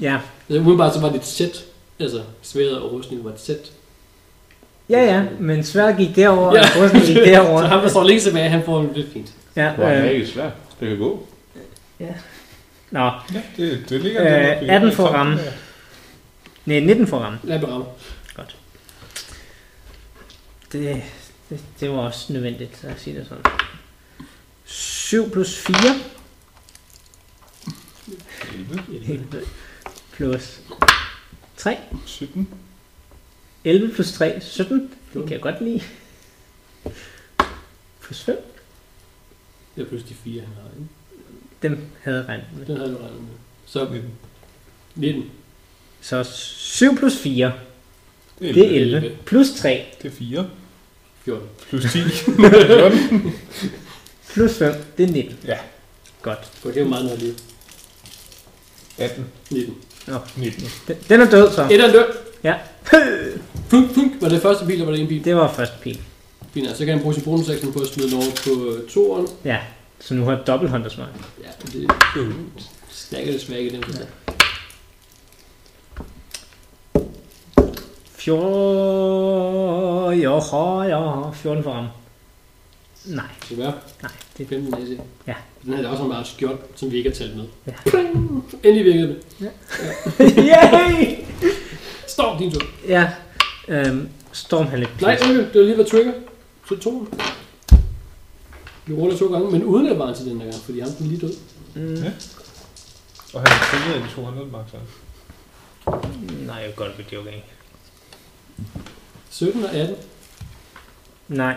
ja. Altså, umiddelbart så var det et sæt. Altså, sværet og rustning var et sæt. Ja, ja, men sværet gik derover, ja. Ja. og Rusland gik [laughs] [laughs] derover. så ham, der står længst tilbage, han får det lidt fint. Det var Ja, øh, magisk svært. Det kan gå. nå, Ja, det, det ligger Øh, der, hvor vi- 18 for sådan ramme. der. nej, 19 for ramme. Lad mig ramme. Det, det, det var også nødvendigt, lad os sige det sådan. 7 plus 4. Helvede. Plus 3. 17. 11 plus 3, 17. Det kan jeg godt lide. Plus 5. Det er pludselig fire, han har. Ikke? Dem havde jeg regnet med. Den havde du regnet med. Så 19. Så 7 plus 4, Det det er 11. 11. Plus 3, Det er 4. 14. Plus [laughs] 10. plus 5, det er 19. Ja. Godt. For det er jo meget noget liv. 18. 19. 19. Den, den er død så. Et er død. Ja. Funk, funk. Var det første bil, eller var det en bil? Det var første pil. Fint, altså, så kan han bruge sin bonusaction på at smide den over på øh, toeren. Ja. Så nu har jeg dobbelt hunters mark. Ja, det stærker det svække den der. 14... Jo, jo, 14 for ham. [laughs] Nej, Så hvad? nej. Det er Det, 15 AC. Ja. Den havde da også en meget skjold, som vi ikke har talt med. Ja. Pling! Endelig virkede det. Yay! Storm din tur. Ja. Øhm, Storm han er lidt Nej, pis. undskyld, det var lige ved trigger. Så to. Vi ruller to gange, men uden at vare til den der gang, fordi ham den er lige død. Mm, Og han har fundet de 200 mark, så. nej, jeg er godt ved joking. 17 og 18. Nej,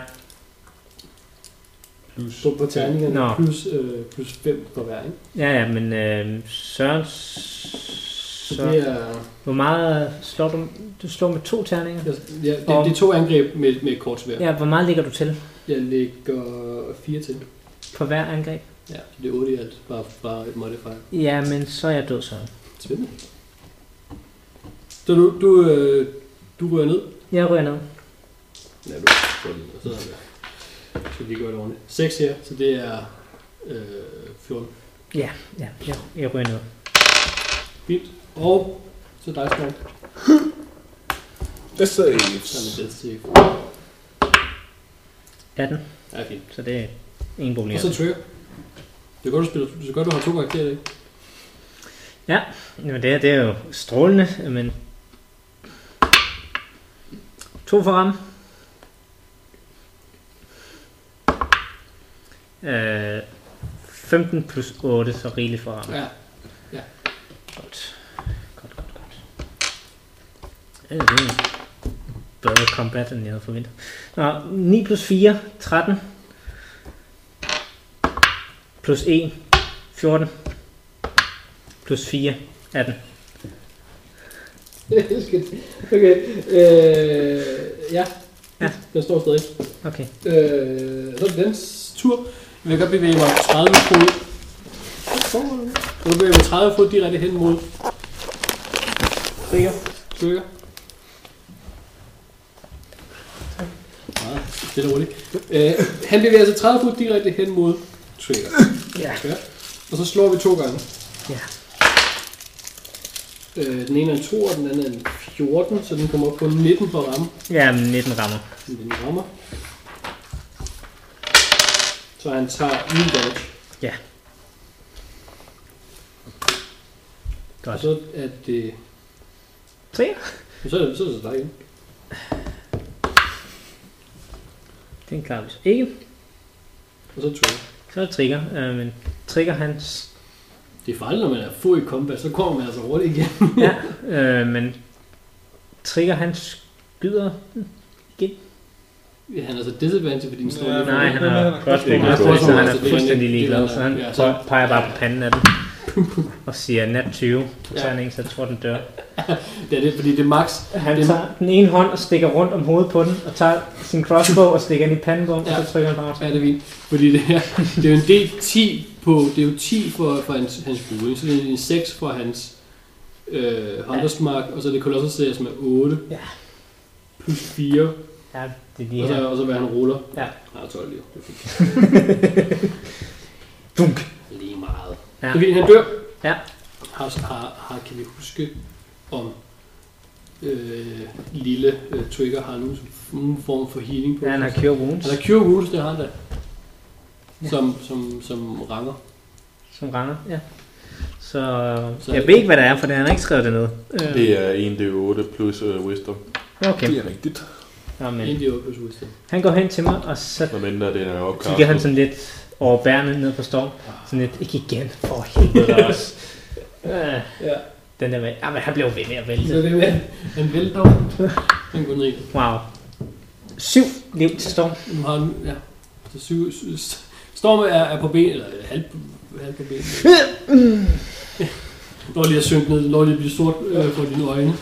Plus. Så på terningerne Nå. plus, øh, plus 5 på hver, ikke? ja, ja, men øhm, Søren... Så, Så, det er, hvor meget slår du? Du slår med to terninger. ja, det, det er to angreb med, med et kort svær. Ja, hvor meget ligger du til Jeg lægger 4 til. på hver angreb? Ja, så det er 8 i alt, bare, bare et modifier. Ja, men så er jeg død, Søren. Spændende. Så du, du, øh, du rører ned. Jeg ryger ned. Ja, du får den. og Så er det. Så skal vi lige gøre det ordentligt. 6 her, så det er øh, 14. Ja, jeg, jeg ryger ned. Fint. Og så dig, Storm. Det Så er saves. det bedst til. 18, Ja, fint. så det er ingen problem. Og så trigger. Det er godt, du spiller. Det er godt, du har to karakterer, ikke? Jamen, det, er, det er jo strålende, men... To for ham. Øh, 15 plus 8, så rigeligt for ham. Ja. [laughs] Godt. Godt, godt, godt. Ja, det er en bedre combat, end jeg havde forventet. Nå, 9 plus 4, 13. Plus 1, 14. Plus 4, 18. Jeg elsker det. Okay. Øh, ja. Ja. Den står stadig. Okay. Øh, så er det dens tur. Jeg vil godt bevæge mig 30 fod. Jeg vil bevæge mig 30 fod direkte hen mod Riger. Trigger. Meget stille og roligt. Øh, han bevæger sig 30 fod direkte hen mod Trigger. Ja. Ja. Og så slår vi to gange. Ja. Øh, den ene er en 2, og den anden er en 14, så den kommer op på 19 for at ramme. Ja, men 19 rammer. Men den rammer. Så han tager 9 dodge. Og Godt. så er det... øh, Tre. Så er det så, er det dig igen. Den klarer vi så ikke. Og så Trigger. Så er det trigger. Øh, men trigger hans... [laughs] Det er farligt, når man er få i combat, så kommer man altså hurtigt igen. Ja, øh, men trigger hans skyder. Ja, han er så disadvantage, fordi den står lige Nej, han har godt Det er ikke godt så skyde. han Altså, det er er fuldstændig en- ligeglad, det er- så han ja, så- peger bare på panden af den. Og siger nat 20 på Ja. terningen, så jeg tror, den dør. Det er det, fordi det er max. Han Den- tager den ene hånd og stikker rundt om hovedet på den, og tager sin crossbow og stikker den i panden på, og Ja. så trykker han bare. Ja, det er fint. Fordi det er, det er jo en D10 på, det er jo 10 for, for hans, hans bue, ikke? så det er en 6 for hans øh, Huntersmark, og så er det Colossus Series med 8. Ja. Plus 4, Ja, det er de og, så, her. og så hvad han ruller. Ja. Han har 12 liv. Det er fint. Dunk. lige meget. Ja. Ja. Fordi han dør, Ja. har, har, har, kan vi huske, om øh, lille øh, Trigger har nogen nogen form for healing på. Ja, han har sig. Cure Wounds, han har Cure Wounds, det har han da. Ja. Som, som, som ranger. som render. Ja. Så, Så- så jeg ved ikke, hvad der er, for han har ikke skrevet det ned. Øh, Det er 1d8 plus uh, wisdom. Okay. Det er rigtigt. Nå, men, Indie Opus Wisdom. han går hen til mig, og så Når mindre det er opkastet. kigger han sådan lidt overbærende ned på Storm. Sådan lidt, ikke igen, for [laughs] helvede også. Øh, Ja. den der med, ah, men han blev ved med at vælte. Så det er han vælter over. Han går ned. Wow. Syv liv til Storm. Nu har han, Mm. ja. Så syv, syv, Storm er, er på ben, eller halv, halv på ben. Når lige at synke ned, når lige at blive sort øh, for dine øjne.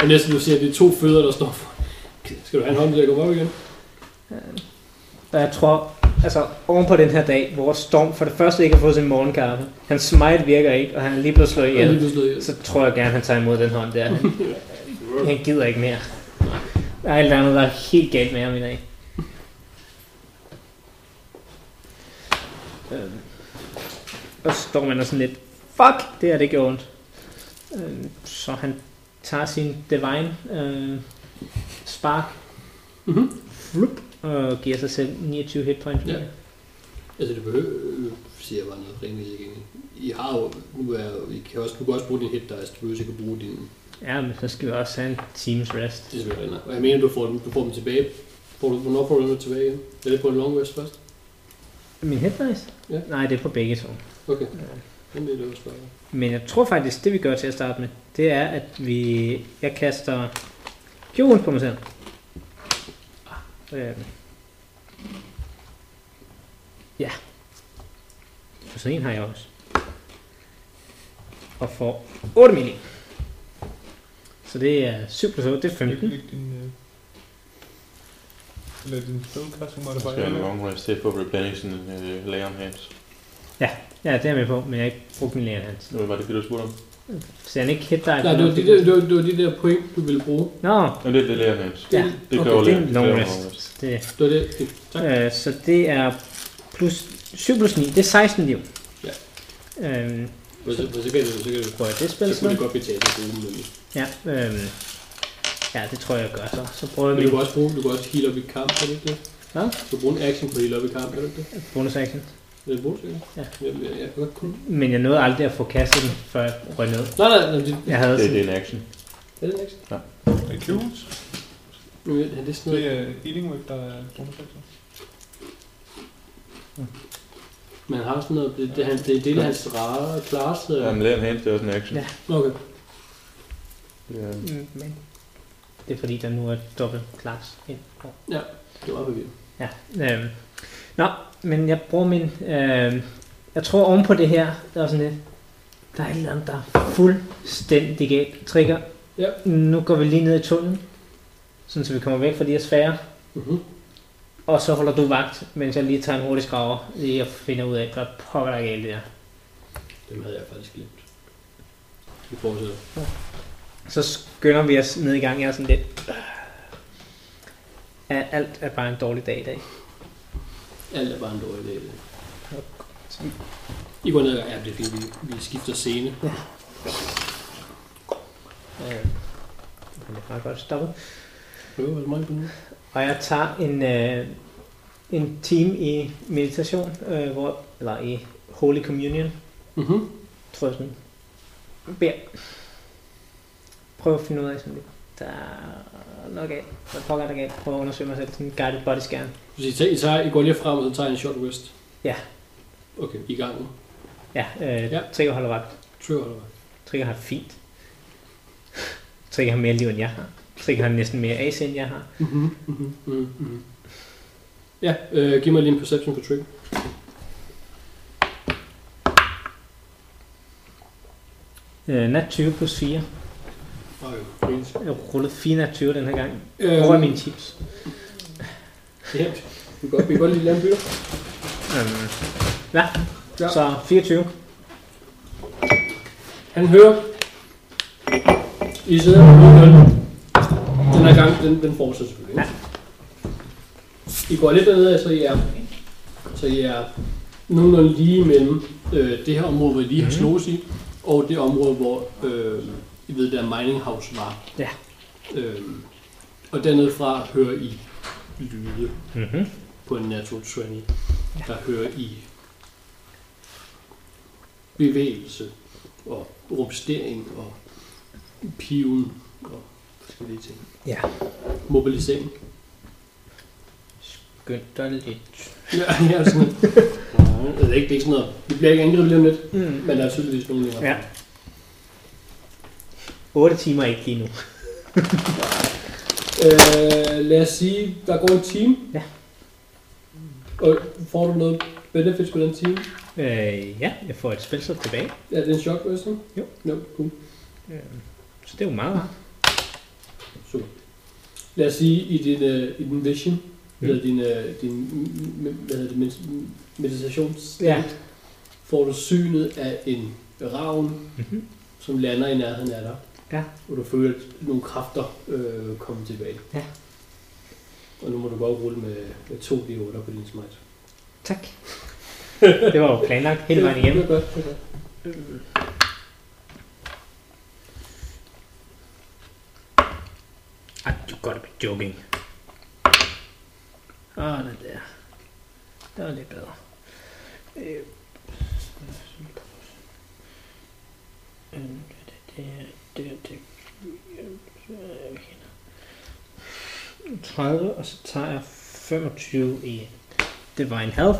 Og næsten du ser, at det er to fødder, der står for. Skal du have en hånd til at komme op igen? Og jeg tror, altså oven på den her dag, hvor Storm for det første ikke har fået sin morgenkaffe, hans smite virker ikke, og han er lige blevet slået Ja, det er ihjel, blevet slået ihjel. så tror jeg gerne, han tager imod den hånd der. Han gider ikke mere. Der er et eller andet, der er helt galt med ham i dag. Øhm, Og så står man og sådan lidt, fuck, det her det gjorde ondt. Øhm, Så han tager sin divine øh, spark, Mhm. flup, og giver sig selv 29 hit points. Ja. Altså, det behøver, øh, siger jeg bare noget rimelig igen. I har jo, nu er, I kan også, du kan også bruge din hit dice, du behøver ikke at bruge din, ja, men så skal vi også have en times rest. det er selvfølgelig rigtigt nok. Og jeg mener, du får dem, du får dem tilbage. Får du, hvornår får du dem tilbage igen? Er det på en long rest først? Min hit dice? Ja. Nej, det er på begge to. Okay. Jamen, det er det også bare. Men jeg tror faktisk, det vi gør til at starte med, det er, at vi, jeg kaster kjolen på mig selv. Øhm. Ja. For sådan en har jeg også. Og får 8 milli. Så det er 7 plus 8, det er 15. Læg din... Øh, eller din spellcasting Så skal jeg en modifier. long rest til for at replenish en uh, layer om hands. Ja, det er jeg med på, men jeg har ikke brugt min lærer hans. Hvad var det, det, du spurgte om? Så han ikke hit dig. Nej, det var de der, det var, det var de der point, du ville bruge. Nå, Jamen, det er det layer hands. ja. Det Okay, kræver det er lidt. en long Det er en long rest. Det, Det var det. det. Tak. Øh, så det er plus 7 plus 9, det er 16 liv. Ja. Øhm, Men så, men så kan det, så kan det, prøver jeg det spil så kunne sådan det godt betale sig at bruge dem. nemlig. Ja, øhm, ja, det tror jeg, jeg gør så. Så prøver jeg Men du min kan også bruge, du kan også heal op i kamp, kan du ikke det? Hvad? Du kan bruge en action på heal op i kamp, kan du ikke det? bonus action. Det er en bonus, ikke? Ja. Jamen, jeg, jeg kan godt kunne. Men jeg nåede aldrig at få kastet den, før jeg røg ned. Nej, nej, nej, det, Jeg havde Det, det sådan, er en action. er det en action? Er cubes? Nu er det sådan Det noget. er healing wave, der er bonusaktion. Man har sådan noget, det, det, er hans- det er en del af hans rare class. eller- Jamen, layer om hands, det er også en action. Ja. Okay. Det er Mm, men det er fordi, der nu er dobbelt klaps ind. Det var forvirret. Ja, øhm. Nå, men jeg bruger min... Øhm, jeg tror ovenpå det her, der er sådan lidt... Der er et eller andet, der er fuldstændig galt. Trigger. Ja. Nu går vi lige ned i tunnelen. Sådan, så vi kommer væk fra de her sfære. Mm-hmm. Og så holder du vagt, mens jeg lige tager en hurtig skraver. Lige at finde ud af, hvad pokker der er galt der. Dem havde jeg faktisk glemt. Vi fortsætter. Så skynder vi os ned i gang. Jeg er sådan lidt... Ja, alt er bare en dårlig dag i dag. Alt er bare en dårlig dag. i dag. I går ned og ja, det er fint. Vi, vi skifter scene. Øh, men det er bare godt stoppet. Prøv at mange på nu. Og jeg tager en, øh, en time i meditation, øh, hvor, eller i Holy Communion, Mm-hmm. tror jeg sådan, beder. Prøv at finde ud af sådan lidt, der er noget galt, der pokker der er galt, prøv at undersøge mig selv, sådan en guided body scan. Så I, tager, I, tager, I går lige frem, og så tager I en short rest? Ja. Okay, I gang nu. Ja, øh, Ja. ja. Trigger holder vagt. Trigger holder vagt. Trigger har det fint. Trigger har mere liv, end jeg har. Trigger har næsten mere AC, end jeg har. Mm-hmm. Mm-hmm. Mm-hmm. Ja, øh, giv mig lige en perception på trigger. Øh, nat 20 plus 4. Okay. Jeg rullede 4 nat 20 den her gang. Øhm, Hvor er mine tips? Ja, vi kan godt, vi kan godt lige lave en bytte. Øhm, ja. Ja. ja, så 24. Han hører. I sidder udenfor. Den her gang, den, den fortsætter selvfølgelig. Ja. I går lidt dernede, så I er, så I er nogenlunde lige mellem øh, det her område, hvor I lige har slået i, og det område, hvor øh, I ved, der Mining House var. Ja. Øh, og dernede fra hører I lyde Mm-hmm. på en natural 20, der hører I bevægelse og rumstering og piven og forskellige ting. Ja. Mobilisering. Skynd dig lidt. [laughs] Ja, ja sådan noget. Jeg ved ikke, det er ikke sådan noget. Vi bliver ikke angrebet lige om lidt, Mm. men der er tydeligvis nogen længere. Ja. 8 timer ikke lige nu. Øh, lad os sige, der går en time. Ja. Og får du noget benefits på den time? Øh, ja, jeg får et spilsop tilbage. Er det en shockbursting? Jo. Jo, cool. Øh, så det er jo meget rart. Super. Lad os sige, i din, øh, i din vision, Mm. eller din, øh, din mm, mm, hvad hedder det, med- meditations, Ja. får du synet af en ravn, Mhm. som lander i nærheden af dig. Ja. Og du føler, at nogle kræfter øh, kommer tilbage. Ja. Og nu må du bare rulle med, med to D8 på din smite. Tak. Det var jo planlagt hele vejen Det igennem. er godt, det er godt. Ah, du gotta be joking. Ah, det der. Det var lidt bedre. Øh. Øh, det- det- det- det- det- 30, og så tager jeg 25 i Divine Health.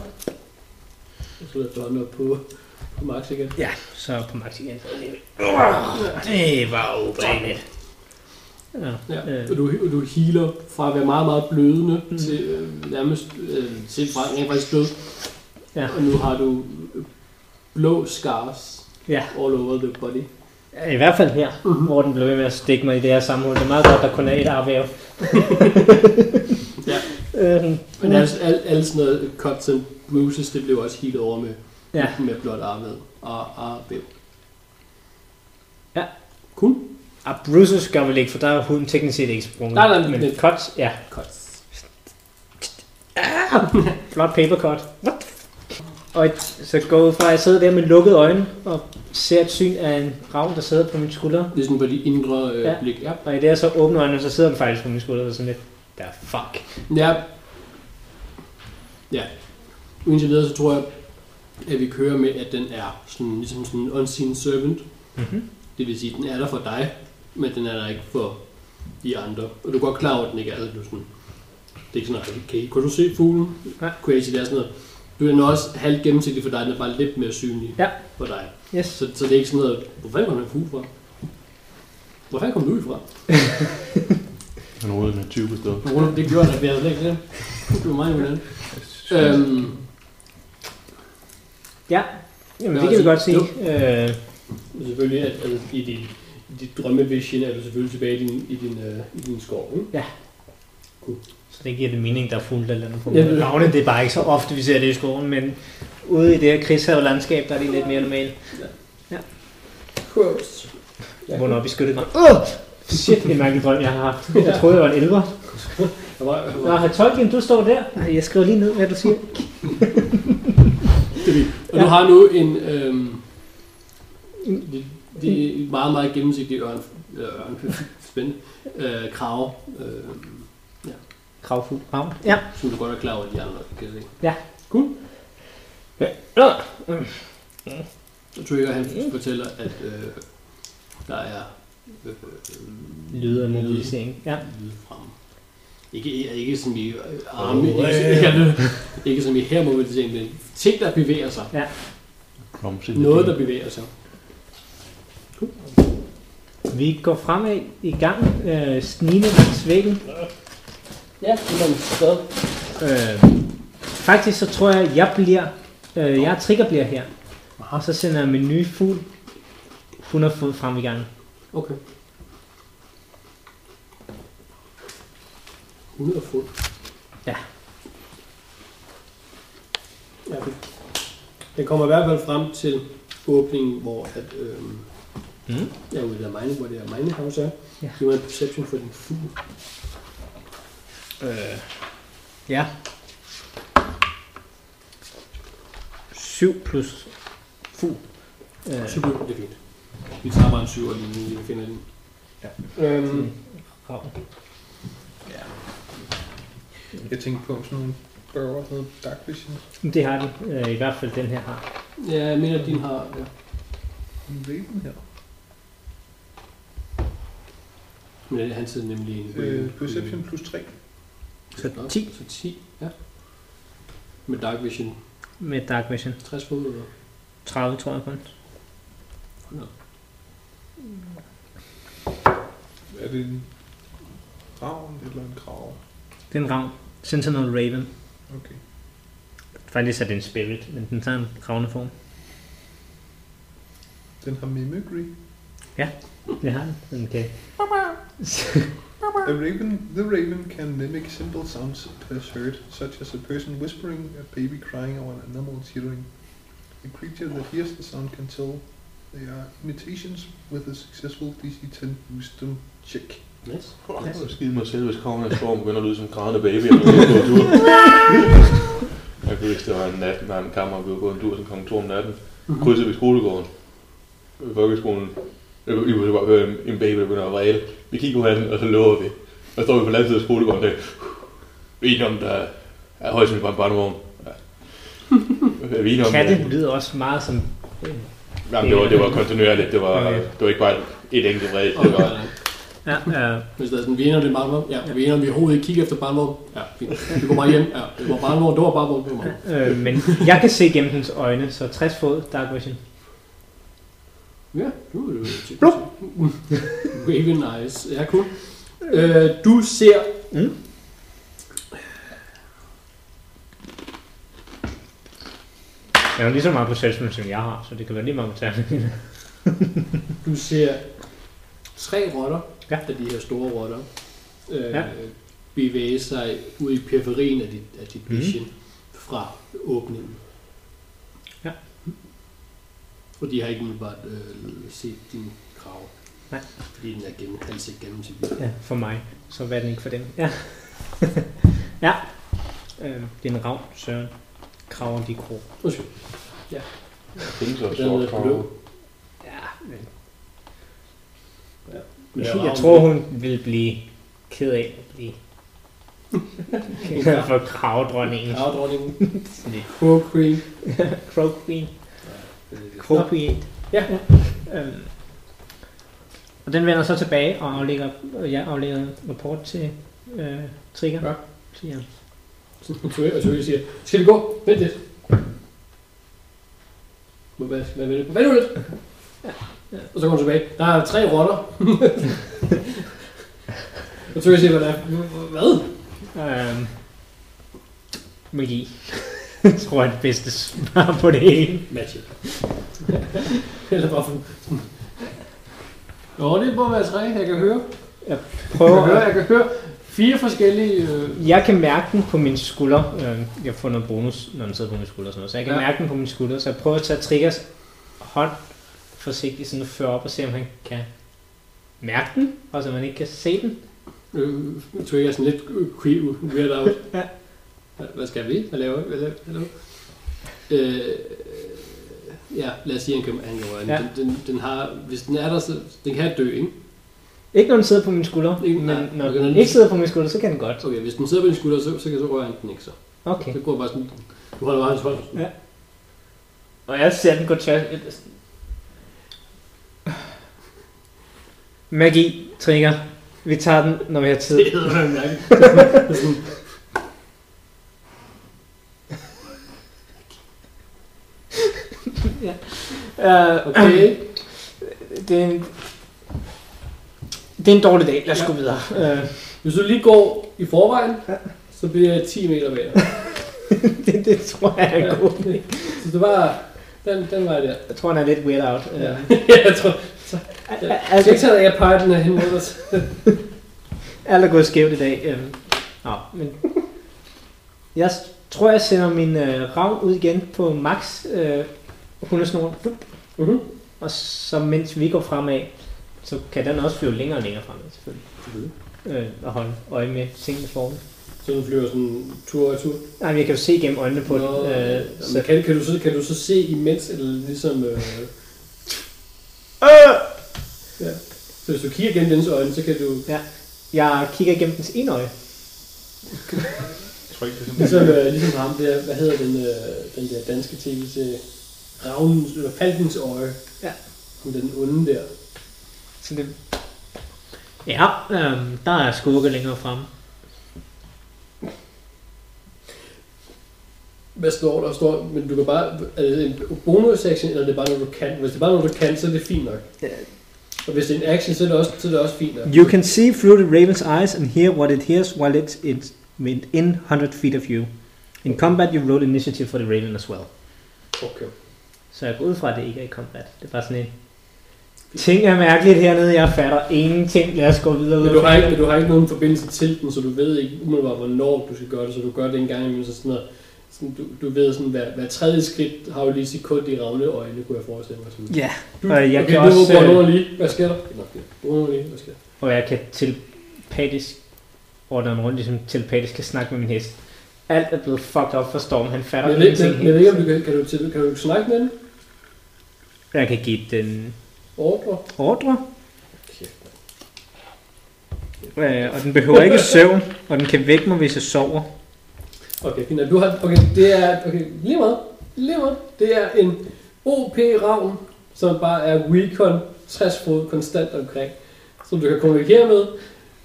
Så er der op på, på max igen. Ja, så på max igen. Det var ubehageligt. Ja, Ja. øh, Og du, og du healer fra at være meget, meget blødende Mm. mm. til øh, nærmest øh, til fra rent faktisk død. Ja. Og nu har du øh, blå scars ja. all over the body. I hvert fald her, Mhm. hvor den blev ved med at stikke mig i det her sammenhold. Det er meget godt, der kun er et arvæv. Ja. Øhm, Men altså, alt, alt sådan noget cuts and bruises, det blev også healet over med, Ja. med Ah, blot arvet og arvæv. Ja. Cool. ah, Bruises gør vel ikke, for der er huden teknisk set ikke sprunget. Nej, nej, men det- cuts, ja. Cuts. [laughs] Flot paper cut. What? Og et- så går jeg ud fra, at jeg sidder der med lukkede øjne og ser et syn af en ravn, der sidder på min skulder. Det er sådan på de indre øh, Ja. ja. blik. Ja. Og i det jeg så åbner øjnene, så sidder den faktisk på min skulder og sådan lidt, der fuck. Ja. Ja. Indtil videre, så tror jeg, at vi kører med, at den er sådan, ligesom sådan en unseen servant. Mhm. Det vil sige, at den er der for dig, men den er der ikke for de andre. Og du er godt klar over, at den ikke er der. Du er sådan, det er ikke sådan, noget, okay, kunne du se fuglen? Nej. Crazy, det er sådan noget. Du er den også halvt gennemsigtig for dig, den er bare lidt mere synlig Ja. for dig. Yes. Så, så det er ikke sådan noget, hvor fanden kom den fugl fra? Hvor fanden kom du ud fra? Han rodede med 20 på stedet. Rune, det gjorde der, vi havde slet ikke det. Det var meget imponerende. Øhm, Ja, Jamen, Nå, det kan vi altså, godt se. jo. Øh, Selvfølgelig, at, altså, i din, i dit drømmevision er du selvfølgelig tilbage i din, i din, øh, i din skov, ikke? Så det giver det mening, der er fuldt eller andet på Ja, det- Navne, det er bare ikke så ofte, vi ser det i skolen, men ude i det her krigshavelandskab, der er det lidt mere normalt. Crows. Jeg vågner op i skyttegræn. Åh! Shit, det er en mærkelig drøm, jeg har haft. Jeg troede, jeg var en elver. Jeg var, jeg Nå, var, har Tolkien, du står der. Ej, Jeg skriver lige ned, hvad du siger. og du har nu en, øhm, En- det, det er meget, meget gennemsigtig ørn, øh, ørn spændende, øh, krav, øh, Kravfuld ravn. Ja. som du godt er klar over, at de andre kan se. Nå, Og Trigger, han fortæller, at øh, der er øh, Lyder af mobilisering. Ja. lyde frem. Ikke, ikke som i øh, arme, oh, ikke, [laughs] ikke, ikke som i her mobilisering, men ting, der bevæger sig. Proms in the Noget, game. der bevæger sig. Vi går fremad i gang. Øh, snigende langs væggen. Ja, det er man stadig. Øh, faktisk så tror jeg, jeg bliver... Øh, jeg er trigger bliver her. Og så sender jeg min nye fugl 100 fod frem i gang. Okay. 100 fod. Ja. ja. det- Den kommer i hvert fald frem til åbningen, hvor at, øhm, Mm. ja, ude der mine, hvor det er mine house er. Ja. Ja. Giv mig en perception for din fugl. Øh. Ja. 7 plus fugl. Øh, Super, det er fint. Vi tager bare en syv og lige lige finder den. Ja. Øhm, rav. Jeg tænkte på sådan nogle børger, sådan noget dark vision. det har den. Øh, I hvert fald den her har. ja, jeg mener, din har... Ja. En raven her. Men det, han sidder nemlig i en... Øh, perception plus 3. Så 10 Så 10, ja. Med Dark Vision. med Dark Vision. 60 fod eller 30, tror jeg kun. Er det en ravn eller en krav? Det er en ravn. Sentinel Raven. Okay. Faktisk er det en spirit, men den tager en ravneform. Den har mimicry. Det har den. Den kan A raven, the raven can mimic simple sounds it has heard, such as a person whispering, a baby crying, or an animal cheering. A creature that hears the sound can tell they are imitations with a successful DC 10 wisdom check. Nice. Åh, Jeg vil skide mig selv, hvis kongen af en storm begynder at lyde som en grædende baby, og jeg går en tur. Jeg kunne huske, det var en nat, når en kammer blev gået en tur, som kom to om natten. Krydsede vi skolegården. Øh, Folkeskolen. Øh, Vi kunne bare høre en, en baby, der begynder at vræle. Vi kigger på hinanden, og så løber vi. Og så står vi på landsiden af skolegården og tænker, "Huh, vi er om, der er højst sandsynligt bare en barnevogn. Ja. Vi er enige om, at- Katte lyder også meget som... øh, Jamen, det var, det var kontinuerligt. Det var, Okay. det var ikke bare et enkelt vræl. Det Okay. var, nej. Ja, øh, Hvis der er sådan, vi ender det er barnvogn. Ja, vi ender, vi overhovedet ikke kigger efter barnvogn. Ja, fint. Vi går bare hjem. Ja, det var barnvogn, det var barnvogn, det var barnvogn. øh, men jeg kan se gennem dens øjne, så 60 fod Dark Vision. Ja, du er jo til. Raven Eyes. Ja, cool. Øh, du ser... Mm. Jeg har lige så meget på selvsyn, som jeg har, så det kan være lige meget på tærne. Du ser tre rotter, Ja. ja. af de her store rotter, øh, Ja. ja. bevæge sig ud i periferien af dit, af dit Mhm. vision fra åbningen. Ja. Og de har ikke umiddelbart øh, set din krav. Nej. Fordi den er gennem, halset gennem til [laughs] Ja, for mig. Så var den ikke for dem. Ja. [laughs] ja. Øh, det er en ravn, søren. Kraver de krog. Undskyld. findes også Den er sort krav. blå. Ja, men Men jeg, ravnen- jeg tror, hun ville blive ked af at blive [laughs] for kravdronningen. Kravedronningen. Næ. Crow Queen. [laughs] Crow Queen. Crow Queen. Ja. Øhm. Og den vender så tilbage og aflægger, og jeg aflægger en rapport til øh, Trigger. Ja. Til jer. Tøge og Tøge siger, skal vi gå? Vent lidt. Hvad, hvad, hvad vil det? Vent nu lidt! Og så kommer hun tilbage. Der er tre rotter. [laughs] og Tøge siger, hvad der er. Hvad? Øhm. Magi. jeg [laughs] tror, jeg er det bedste svar på det hele. Magic. [laughs] Eller bare sådan. Jo, det må være tre, jeg kan høre. Jeg Prøv kan høre, at, jeg kan høre. Fire forskellige... Øh... jeg kan mærke den på min skulder. Øh, Jeg får noget bonus, når den sidder på min skulder. og Sådan noget. Så jeg kan ja. Ja. mærke den på min skulder. Så jeg prøver at tage Triggers hånd forsigtigt sådan at føre op og se, om han kan mærke den, og så man ikke kan se den. Øh, Tøge er sådan lidt øh, creep, weird out. [laughs] Hva- Hvad skal vi? Hvad laver vi? Hvad laver vi? Hvad laver vi? Øh, ja, lad os sige, at han kan han kan røre den. Ja. Den, den, den har, hvis den er der, så den kan dø, ikke? Ikke når den sidder på min skulder, Ikke- men nej, når okay, når den den- ikke sidder på min skulder, så kan den godt. Okay, hvis den sidder på din skulder, så, så, kan så røre han den ikke så. Okay. Så går bare sådan, du holder bare hans hånd. Og jeg ser den gå tværs. Magi, Trigger. Vi tager den, når vi har [laughs] tid. Det hedder man mærke. Det er sådan- det er sådan- Uh, Okay, Det er en, det er en dårlig dag. Lad os ja. gå videre. Øh, hvis du lige går i forvejen, så bliver jeg 10 meter [laughs] bag dig. [laughs] det, det tror jeg er en god idé. Så det var, den, den var der. Jeg tror, han er lidt weird out. Øh, Ja, [laughs] jeg tror, alt, altså, ikke sådan, at jeg peger den her hen mod dig. alt er gået skævt i dag. Øh, nå, men jeg s- tror, jeg sender min øh, ravn ud igen på max øh, hundesnor. Mhm. Og så mens vi går fremad, så kan den også flyve længere og længere fremad, selvfølgelig. Øh, og holde øje med tingene foran. Så den flyver sådan tur og tur? Nej, men jeg kan jo se igennem øjnene på Nå, den. Øh, så... så, kan, kan, du så, kan du så se imens, eller ligesom... Øh, ja. Så hvis du kigger gennem dens øjne, så kan du jeg kigger igennem dens ene øje. Jeg tror ikke, det er sådan, ligesom, øh, ligesom ham der, hvad hedder den, øh, den der danske tv til Ravnens, eller Falkens øje. Ja. Om den onde der. Så det... Ja, øhm, der er skurke længere fremme. Hvad står der? Står, men du kan bare, er det en bonus action, eller er det bare noget, du kan? Hvis det er bare noget, du kan, så er det fint nok. Ja. Og hvis det er en action, så er det også, så er det også fint nok. You can see through the raven's eyes and hear what it hears while it's in, within 100 feet of you. In combat, you roll initiative for the raven as well. Okay. Så jeg går ud fra, at det ikke er i combat. Det er bare sådan en... Ting er mærkeligt hernede, jeg fatter ingenting. Lad os gå videre. Men du har, ikke, du har ikke nogen forbindelse til den, så du ved ikke umiddelbart, hvornår du skal gøre det, så du gør det en gang imellem, så sådan noget. Sådan, du, du ved, sådan, hver, hver tredje skridt har jo lige et sekund i ravne øjne, kunne jeg forestille mig. Sådan. Ja, og jeg okay, kan nu også... går øh, nogen lige. Hvad sker der? Bruger nogen lige. Hvad sker der? Og jeg kan telepatisk ordne mig rundt, ligesom telepatisk kan snakke med min hest. Alt er blevet fucked up for Storm, han fatter Men jeg, ved, men, men jeg ved ikke, om du kan, kan, du, til- kan du snakke med den? Jeg kan give den Ordre? ordre. Øh, og den behøver ikke søvn, og den kan vække mig, hvis jeg sover. Okay, fint. Og Du har, okay, det er, okay, lige meget. Lige meget. Det er en OP-ravn, som bare er recon 60 fod konstant omkring, som du kan kommunikere med,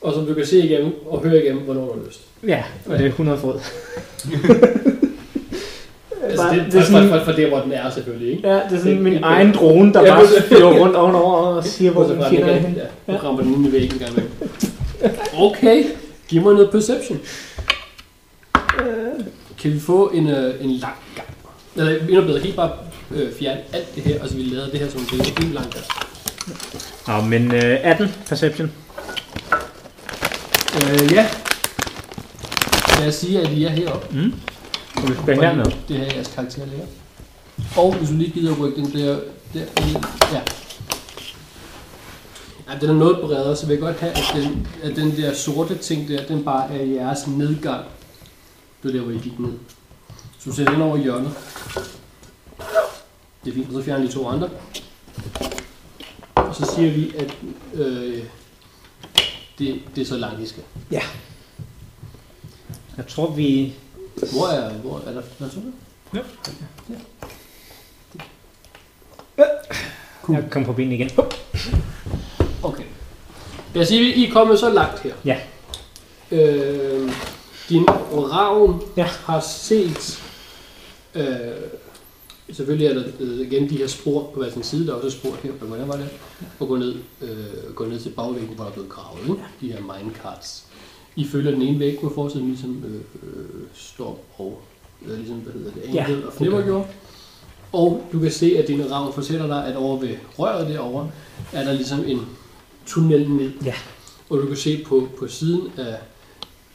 og som du kan se igennem og høre igennem, hvornår du har lyst. Ja, og det er 100 fod. Altså, Bare- det, det det er er fra, sådan- fra, fra der, hvor den er selvfølgelig, ikke? Ja, det er sådan Det- min det- egen drone, der Ja, bare det- flyver rundt ovenover og siger, hvor Bortset den fra, at den fjender er ikke henne. er- ja, Du rammer den ind i væggen en gang [laughs] imellem. Okay, giv mig noget perception. Øh. Kan vi få en, øh, en lang gang? Eller endnu bedre, helt bare øh, fjerne alt det her, og så vi lader det her som en billede. Det er en lang gang. Nå, men øh, 18 perception. Øh, ja. Lad os sige, at I er heroppe. Og vi skal herned. Det her er jeres karakterlærer. Og hvis du lige gider at rykke den der... der ind. ja. Ja, den er noget bredere, så vil jeg godt have, at den, at den der sorte ting der, den bare er jeres nedgang. Det er der, hvor I gik ned. Så du sætter den over i hjørnet. Det er fint, og så fjerner de to andre. Og så siger vi, at øh, det, det er så langt, I skal. Jeg tror, vi... Hvor er, hvor er der plads under? Ja. ja. Jeg kom på benene igen. Okay. Lad os sige, at I er kommet så langt her. Ja. Øh, din ravn Ja. ja. har set... Øh, selvfølgelig er der øh, igen de her spor på hver sin side. Der er også spor her på hvordan var det? Og gå ned, øh, gå ned til bagvæggen, hvor der er blevet gravet. Ikke? De her minecarts. I følger den ene væg på forsiden, ligesom øh, øh, Storm og øh, ligesom, hvad hedder det, Ja, Angel ja, og Flipper okay. gjorde. Og du kan se, at din ravn fortæller dig, at over ved røret derovre, er der ligesom en tunnel ned. Ja. Og du kan se på, på siden af,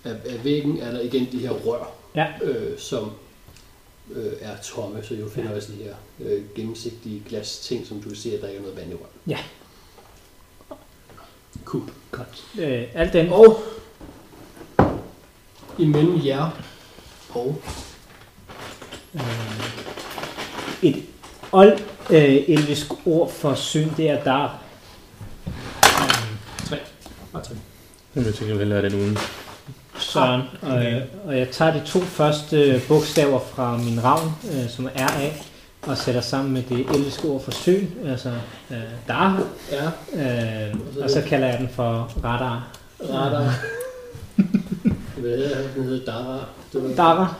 af, af væggen, er der igen de her rør, Ja. øh, som øh, er tomme, så du finder også de her øh, gennemsigtige glas ting, som du kan se, at der ikke er noget vand i røret. Ja. Cool. Øh, alt den. Og imellem jer og Øh, Et old øh, elvisk ord for syn, det er dar. tre. Bare tre. Jamen, jeg tænker, vi hellere have den uden. Søren. Og, øh, og jeg tager de to første øh, bogstaver fra min ravn, øh, som er RA, og sætter sammen med det elviske ord for syn, altså øh, dar, Ja, øh, og så kalder jeg den for radar. radar. [laughs] Hvad hedder han? Den hedder Dara. Det var- Dara.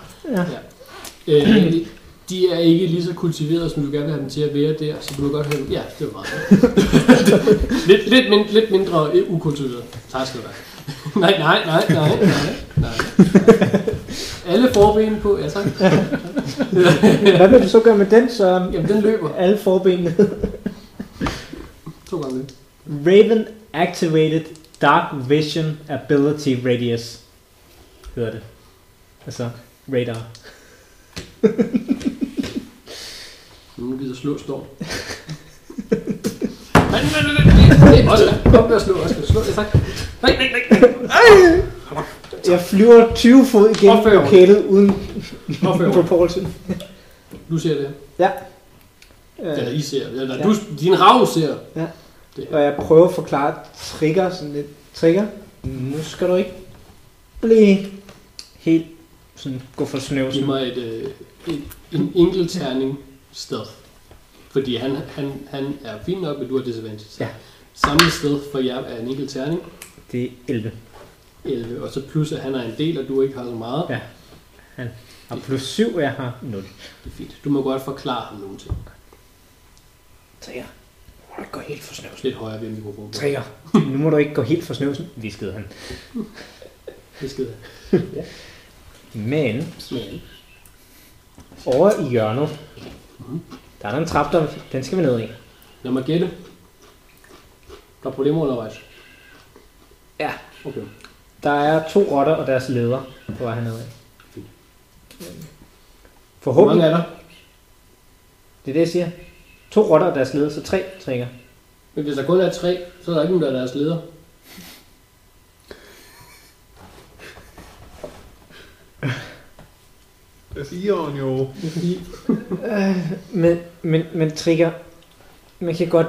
Øh, de- de er ikke lige så kultiverede, som du gerne vil have dem til at være der, så du kan godt have dem. Ja, det var meget. [laughs] lidt, lidt, mindre, lidt mindre øh, ukultiveret. Tak skal du have. [laughs] nej, nej, nej, nej, nej, nej. Alle forben på, ja tak. Hvad vil du så gøre med den, Søren? Jamen, den løber Alle forbenene. to gange. Raven Activated Dark Vision Ability Radius hedder det. Altså radar. Nu gider slå storm. Nej, nej, nej, nej, nej, nej, Oscar. Kom med at slå, Oscar. Slå, ja tak. Nej, nej, nej, nej. Jeg flyver 20 fod gennem Opfører. lokalet uden Opfører. propulsion. Du ser det. Ja. Eller Øh, I ser det. Eller Ja. ja. du, din rav ser det. og jeg prøver at forklare trigger sådan lidt. Trigger, nu skal du ikke blive helt sådan gå for snøvsen. Giv mig et, øh, et, en enkelt terning sted. Fordi han, han, han er fin nok, men du har disadvantage. Ja. Samme sted for jer er en enkelt terning. Det er 11. 11, og så plus at han er en del, og du ikke har så meget. Ja. Og plus 7, jeg har 0. Det er fint. Du må godt forklare ham nogle ting. Trigger, nu må du ikke gå helt for snøvsen. Lidt højere ved mikrofonen. Trigger, nu må du ikke gå helt for snøvsen, viskede han. Det skal jeg. Men Smag. over i hjørnet, der er der en trapdom, den skal vi ned i. Lad mig gætte. Der er problemer undervejs. Ja. Okay. Der er to rotter og deres leder på vej hernede. Hvor mange Forhåbentlig, er der? det er det, jeg siger. To rotter og deres leder, så tre trigger. Men hvis der kun er tre, så er der ikke nogen, der er deres [laughs] leder. Jeg siger han jo. Det er fordi, Men, men, men trigger, man kan godt...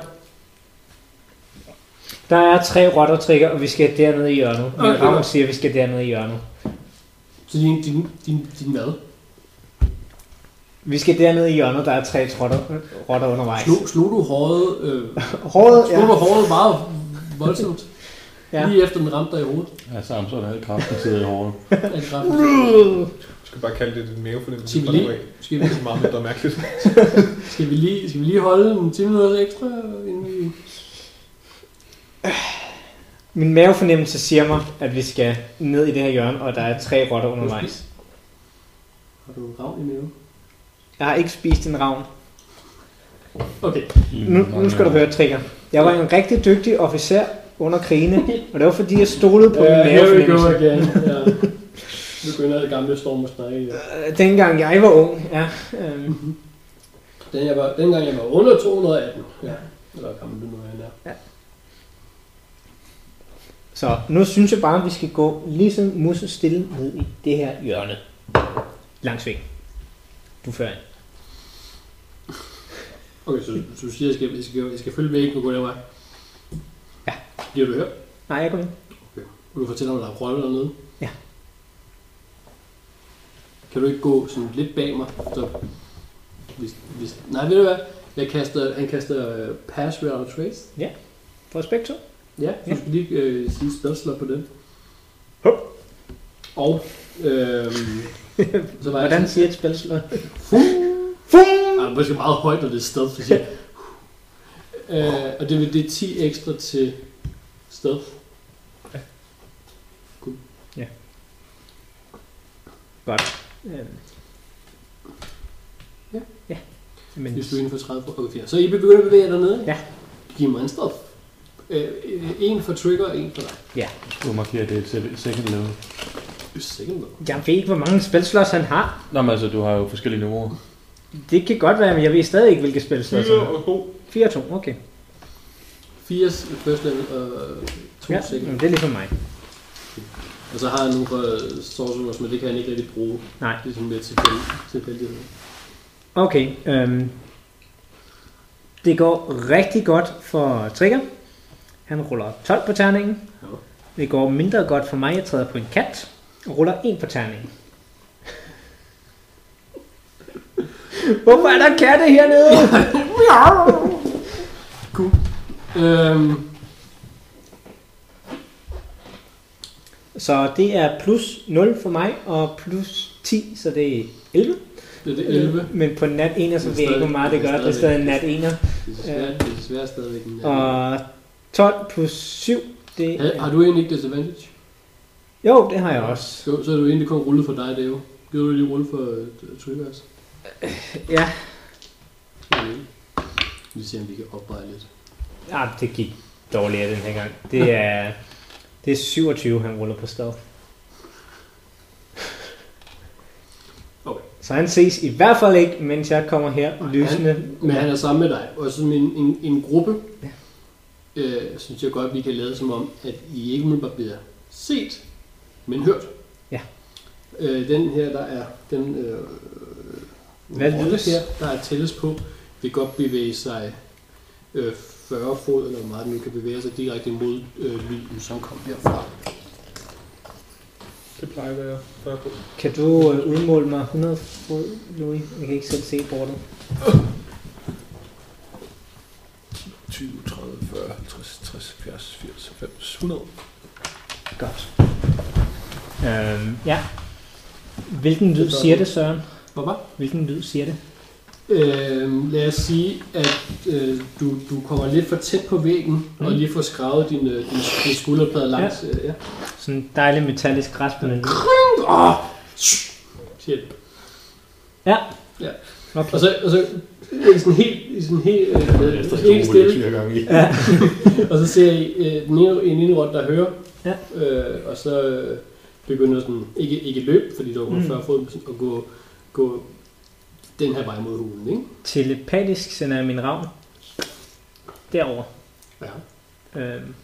Der er tre rotter trigger, og vi skal dernede i hjørnet. Okay. Okay. Ramon siger, at vi skal dernede i hjørnet. så din, din, din, din hvad? Vi skal dernede i hjørnet, der er tre rotter, rotter undervejs. Slog, slog du håret, øh, Håret, slog du håret meget voldsomt? Ja. ja. Lige efter den ramte dig i hovedet. Ja, Samson havde kraften sidder i håret. Af kraften. Du skal bare kalde det en mavefornemmelse. Skal vi fra nu lige, af. skal vi, Det er meget mindre [laughs] mærkeligt. skal vi lige, skal vi lige holde en 10 minutter ekstra, inden vi... Min mavefornemmelse siger mig, at vi skal ned i det her hjørne, og der er tre rotter undervejs. Har du en ravn i maven? Jeg har ikke spist en ravn. Okay, Nu, nu skal du høre, Trigger. Jeg var en rigtig dygtig officer under krigene, og det var fordi, jeg stolede på min uh, here we go mavefornemmelse. again. Ja. Nu begynder det gamle storm at snakke. igen. Øh, Dengang jeg var ung, ja. Øh, Den jeg var, dengang jeg var under 218. Ja. Eller hvor gammel du nu end er. så nu synes jeg bare, at vi skal gå ligesom musse stille ned i det her hjørne. Langs væk. Du fører ind. Okay, så, så du siger, at jeg skal, jeg skal, jeg skal følge væggen og gå den vej? Ja. Bliver du hørt? Nej, jeg går ind. Vil du fortælle, om der er rolle dernede? Ja. Kan du ikke gå sådan lidt bag mig? Så hvis, hvis, nej, ved du hvad? Jeg kaster, han kaster uh, pass without a trace. For respekt to. Ja, så Ja. du skal lige øh, sige spilslot på den. Hop. Og [laughs] øhm, så var Hvordan jeg siger et spilsløg? sådan, ah, måske meget højt, når det er stealth, så siger jeg, øh, og det, vil- det er 10 ekstra til stealth. Øh. Ja. Ja. Men Hvis du er inden for 30 okay, fint. Så I begynder at bevæge jer dernede? Ja. Giv mig en stop. Øh, øh, en for trigger, og en for dig. Du markerer det til second level. Second level. jeg ved ikke, hvor mange spilsløs han har. Nå, men altså, du har jo forskellige niveauer. Det kan godt være, men jeg ved stadig ikke, hvilke spilsløs han Fyre har. og god. 4 2, okay. 4 first level og 2 Ja, ja. second. men det er lige for mig. Og så har jeg nogle for øh, sorcerers, men det kan han ikke rigtig bruge. Nej. Det er sådan lidt tilfældigt. tilfældighed. Okay, øhm, det går rigtig godt for Trigger. Han ruller 12 på terningen. Ja. Det går mindre godt for mig. Jeg træder på en kat og ruller 1 på terningen. [laughs] Hvorfor er der katte hernede? Øhm, [laughs] Så det er plus 0 for mig og plus 10, så det er 11. det er det 11. Men på nat 1, så Men ved jeg ikke, hvor stadig- meget det men gør. Det er stadigvæk. stadig nat 1. Det er desværre, det er desværre stadigvæk en uh, Og 12 plus 7, det har, har er... du egentlig ikke disadvantage? Jo, det har jeg også. Så, så er du egentlig kun rullet for dig, det er jo. Giver du lige rulle for uh, triggers? Ja, Okay. Vi ser, om vi kan opveje lidt. ah, det gik dårligere den her gang. Det er, det er 27, han ruller på stedet. Okay. Så han ses i hvert fald ikke, mens jeg kommer her lysende. Men han er sammen med dig, og som en, en, en gruppe, Ja. øh, synes jeg godt, vi kan lade som om, at I ikke umiddelbart bliver set, men hørt. Ja. Øh, den her, der er den øh, Hvad rotte lydes? her, der er tælles på, vil godt bevæge sig øh, 40 fod, eller hvor meget den nu kan bevæge sig direkte mod øh, lyden, som kom herfra. Det plejer at være 40 fod. Kan du øh, udmåle mig 100 fod, Louis? Jeg kan ikke selv se bordet. 20, 30, 40, 50, 60, 70, 80, 90, 100. Godt. Øhm, ja. Hvilken lyd siger det, Søren? Hvor var? Hvilken lyd siger det? Øh, lad os sige, at øh, du, du kommer lidt for tæt på væggen, mm. og lige får skravet din, øh, din, din skulderplade langs. Ja. Øh, ja. Sådan en dejlig metallisk græsplæne. Oh, siger det. Ja. Ja. Okay. Og så, og så i sådan helt, i sådan helt, øh, helt stille, flere gange i. og så ser I øh, den ene, en ene rundt, der hører, Ja. øh, og så øh, begynder sådan, ikke, ikke løb, fordi der var kun Mm. 40 fod, men sådan at gå, gå den her vej mod hulen, ikke? Telepatisk sender jeg min ravn derover. Ja. Øhm,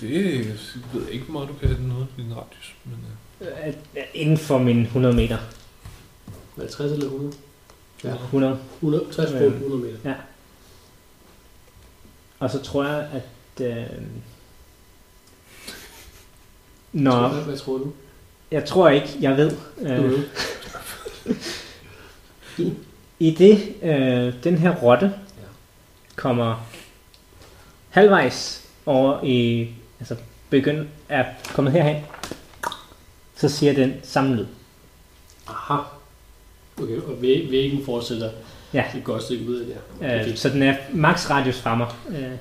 Det øh, ved jeg ikke, hvor meget du kan have den uden din radius. Men, øh, øh, inden for min 100 meter. Var det 60 eller 100? Ja. 100. 100 60 fod, Øhm. 100 meter. Og så tror jeg, at... Øh, Tror når, jeg, Hvad tror du? jeg tror ikke, jeg ved. Du Øh, ved. I det, øh, den her rotte kommer halvvejs over i, altså begynd er kommet herhen, så siger den samme lyd. Aha. Okay, og væg- væggen fortsætter Ja. et godt stykke videre der. Okay. Øh, så den er max radius fra mig. Øh,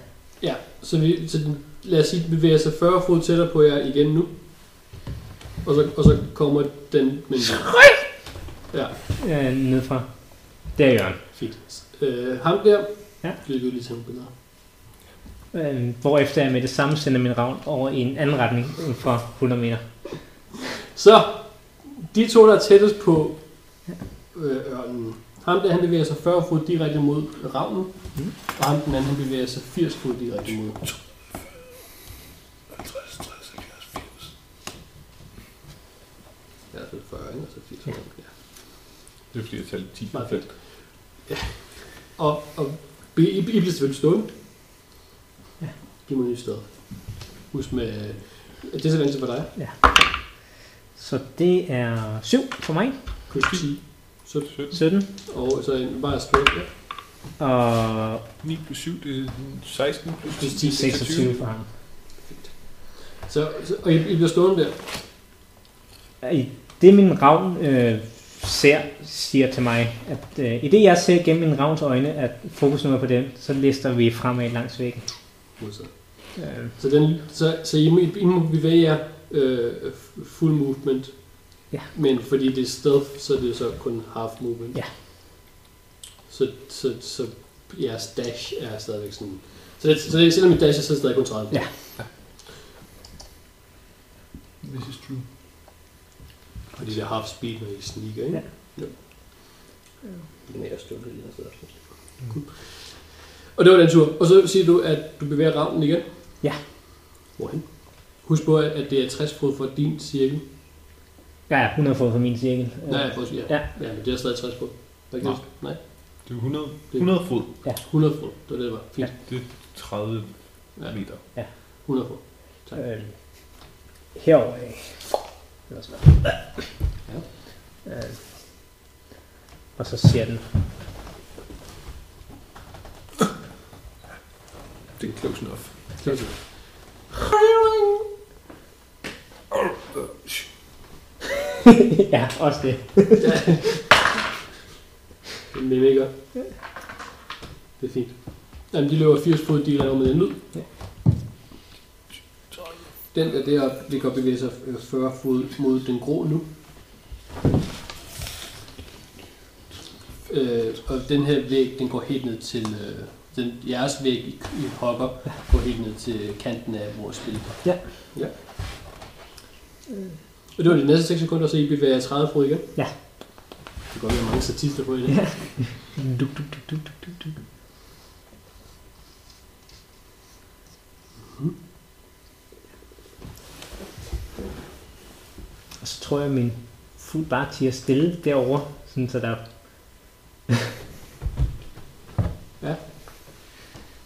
Ja, så, vi, så den, lad os sige, den bevæger sig 40 fod tættere på jer igen nu. Og så, og så kommer den... Men, ja, øh, ned fra der Jørgen. fint. Øh, ham der. Ja. Lykke ud lige til nogle billeder. Øh, hvorefter jeg med det samme sender min ravn over i en anden retning end fra 100 meter. Så, de to, der er tættest på øh, ørnen. Ham der, han bevæger sig 40 fod direkte mod ravnen. Mm. Mhm. Og ham den anden, han bevæger sig 80 fod direkte mod. 50, 60, 70, 80. Ja, så er det 40, ikke? Og så 80 fod. Ja. det er fordi, jeg talte 10. Meget fedt. Og, og I, I bliver selvfølgelig stående. Ja. Giv mig en ny sted. Husk med... øh, Er det så venstre for dig? Så det er 7 for mig, Plus 10. 17, 17. Og så en bare straight. Ja. og 9 plus 7, det er 16 plus 10. Plus 10. 26 for ham. Så, så, og I, I bliver stående der. I det min ravn øh, ser, siger til mig, at øh, i det jeg ser gennem min ravns øjne, at fokus nu er på den, så lister vi fremad langs væggen. Modsat. Øh, Så, den, så, så I, må, I må bevæge jer øh, full movement. Ja. Men fordi det er stealth, så er det så kun half movement. Ja. Så, så, så jeres dash er stadigvæk sådan... Så, det, så det, selvom I dasher, så er det stadig kun 30. Ja. This is true. Fordi det er half speed, når I sneaker, ikke? Ja. Jo. Men jeg stod lige her sidder. Og det var den tur. Og så siger du, at du bevæger ravnen igen? Ja. Hvorhen? Husk på, at at det er 60 fod fra din cirkel. jeg er 100 fod fra min cirkel. Øh, Nej, jeg prøver at sige, ja. Ja. ja. men det er stadig 60 fod. Der Nå. kan Nej, Det er 100, Det- 100 fod. 100 fod. Det var det, det var. Fint. Ja. 30 Ja. meter. 100 fod. tak. Øh, herover. af. Eller sådan noget. Øh, og så siger den, [laughs] Det er close enough. Klart. ja, også det. Det er mega. Det er fint. Jamen, de løber 80 fod, de laver med en lyd. Ja. Den der deroppe, det kan bevæge sig øh, 40 fod mod den grå nu. Øh, og den her væg, den går helt ned til... Øh, den, jeres væg, I, I hopper, går helt ned til kanten af vores spil. Ja. ja. Og det var de næste 6 sekunder, så I bevæger jer 30 fod igen. Ja. Det går godt være mange statister på i det. Duk, duk, duk, duk, duk, duk. Mhm. Og så tror jeg, at min fugl bare tiger stille derovre, sådan så der... Ja. [laughs]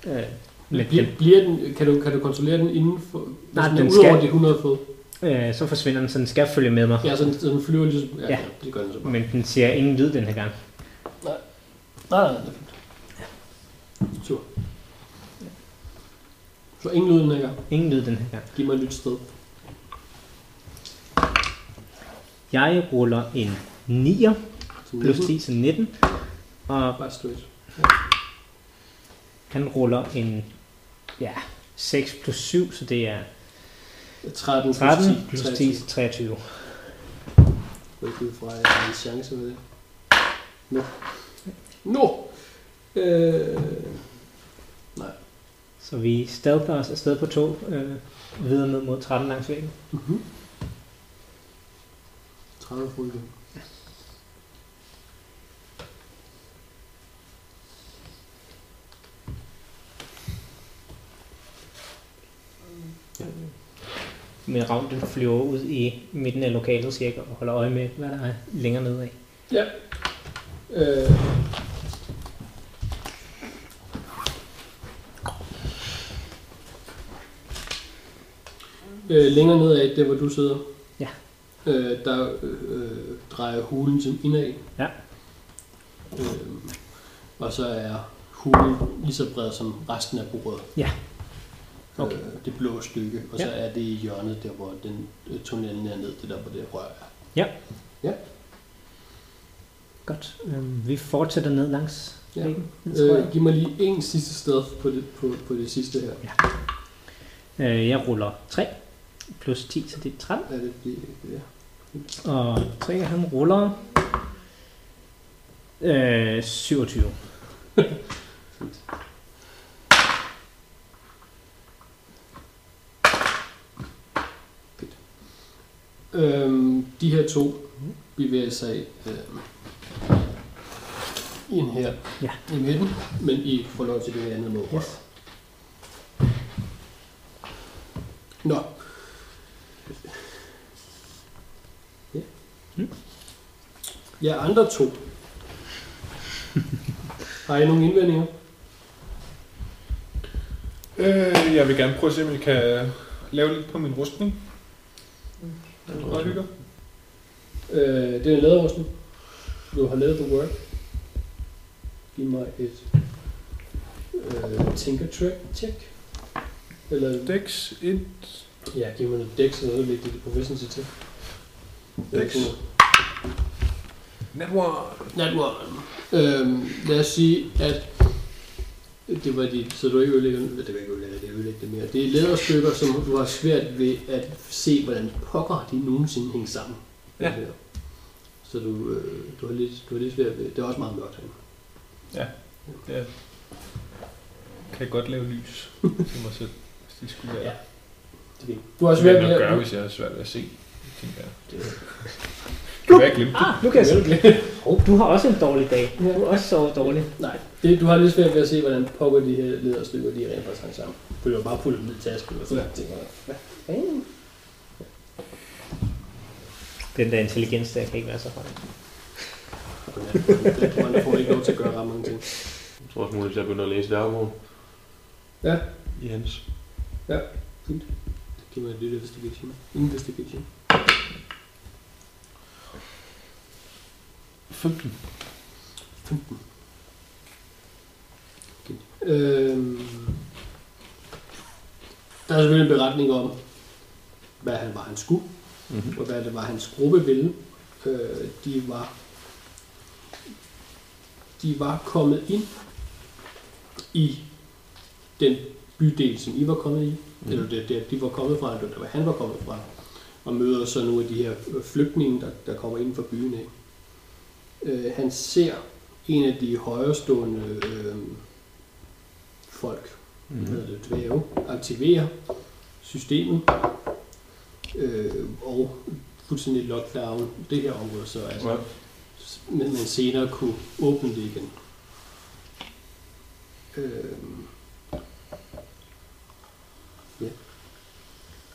Øh, Men men bliver, den, bliver den, kan, du, kan du kontrollere den inden for... Nej, sådan, den udover skal- de 100 fod. øh, så forsvinder den, så den skal følge med mig. Ja, så den, så den flyver ligesom... Ja, Ja. ja. det gør den så bare. Men den siger ingen lyd den her gang. Nej, nej, det er fint. Super. Så ingen lyd den her gang. Ingen lyd den her gang. Giv mig et nyt sted. Jeg ruller en 9'er Så plus nitten. 10 til 19. Og Bare straight. han ruller en ja, 6 plus 7, så det er 13, 13 13 plus 10 til 23. Jeg går ikke ud fra, at jeg har en chance med det. Nu. Nu! Øh, Så vi stealther os afsted på to øh, videre ned mod 13 langs væggen. Mhm. 30 fod igen. Men Ravn den flyver ud i midten af lokalet cirka og holder øje med, hvad der er længere nedad. Øh, øh, længere nedad, der hvor du sidder, Ja. øh, der øh, øh, drejer hulen som indad. Ja. Øh, og så er hulen lige så bred som resten af bordet. Ja. Okay. Okay. Øh, det blå stykke, og ja. så Ja. er det i hjørnet, der hvor den øh, tunnelen er ned, det der hvor det rør er. Godt. Øh, vi fortsætter ned langs Ja. væggen. ned til røret. Øh, giv mig lige en sidste sted på det, på, på det sidste her. Øh, jeg ruller 3 plus 10, så det er 13. Er det, det, ja. Og Trigger han ruller øh, 27. Øhm, de her to bevæger sig øhm, i en her Ja. i midten, men I får lov til det her andet mål. Yes. Nå. Ja. Mm. Ja, andre to. Har I nogle indvendinger? Øh, jeg vil gerne prøve at se, om jeg kan lave lidt på min rustning. Og hygger. Øh, det er en læderrustning. Du har lavet the work. Giv mig et øh, tinker track check. Eller, Dex 1. ja, giv mig noget dex, eller så lægger det proficiency til. Dex. Network. Nat one. Øhm, lad os sige, at det var de, så du ikke ødelægger, det var ikke ødelægger, det er ødelægger det mere. Det er læderstykker, som du har svært ved at se, hvordan pokker de nogensinde hænger sammen. Ja. Så du, øh, du, har lidt, du har lidt svært ved, det er også meget mørkt herinde. Ja. Kan jeg godt lave lys til mig selv, hvis det skulle være. Ja. Ja. Det er fint. Du har Det vil svært jeg ved nok gøre, at... hvis jeg er svært ved at se. Tænker jeg. Det Kan være, jeg glemte det? Ah, Lukas, Hov, du har også en dårlig dag. Ja. Du har også sovet dårligt. Nej, det, du har lidt svært ved at se, hvordan pokker de her lederstykker, de rent faktisk hang sammen. Du kan jo bare putte dem ned i tasken, og så tænker jeg, hvad fanden? Den der intelligens der kan ikke være så høj. Man får ikke lov til at gøre ret mange ting. Jeg tror også muligt, at jeg begynder at læse værgemål. Ja. I hans. Giv mig et lille investigation. Investigation. 15. 15. Okay. Øhm, der er selvfølgelig en beretning om, hvad han var, han skulle, Mhm. og hvad det var, hans gruppe ville. Øh, de var de var kommet ind i den bydel, som I var kommet i, mm. eller det, det, de var kommet fra, eller det, var, han var kommet fra, og møder så nogle af de her øh, flygtninge, der, der kommer ind fra byen af. Øh, han ser en af de højrestående øh, folk, mm. hedder det dværge, aktiverer systemet øh, og fuldstændig lockdown det her område, så altså, Ja. men man senere kunne åbne det igen. Øh, ja.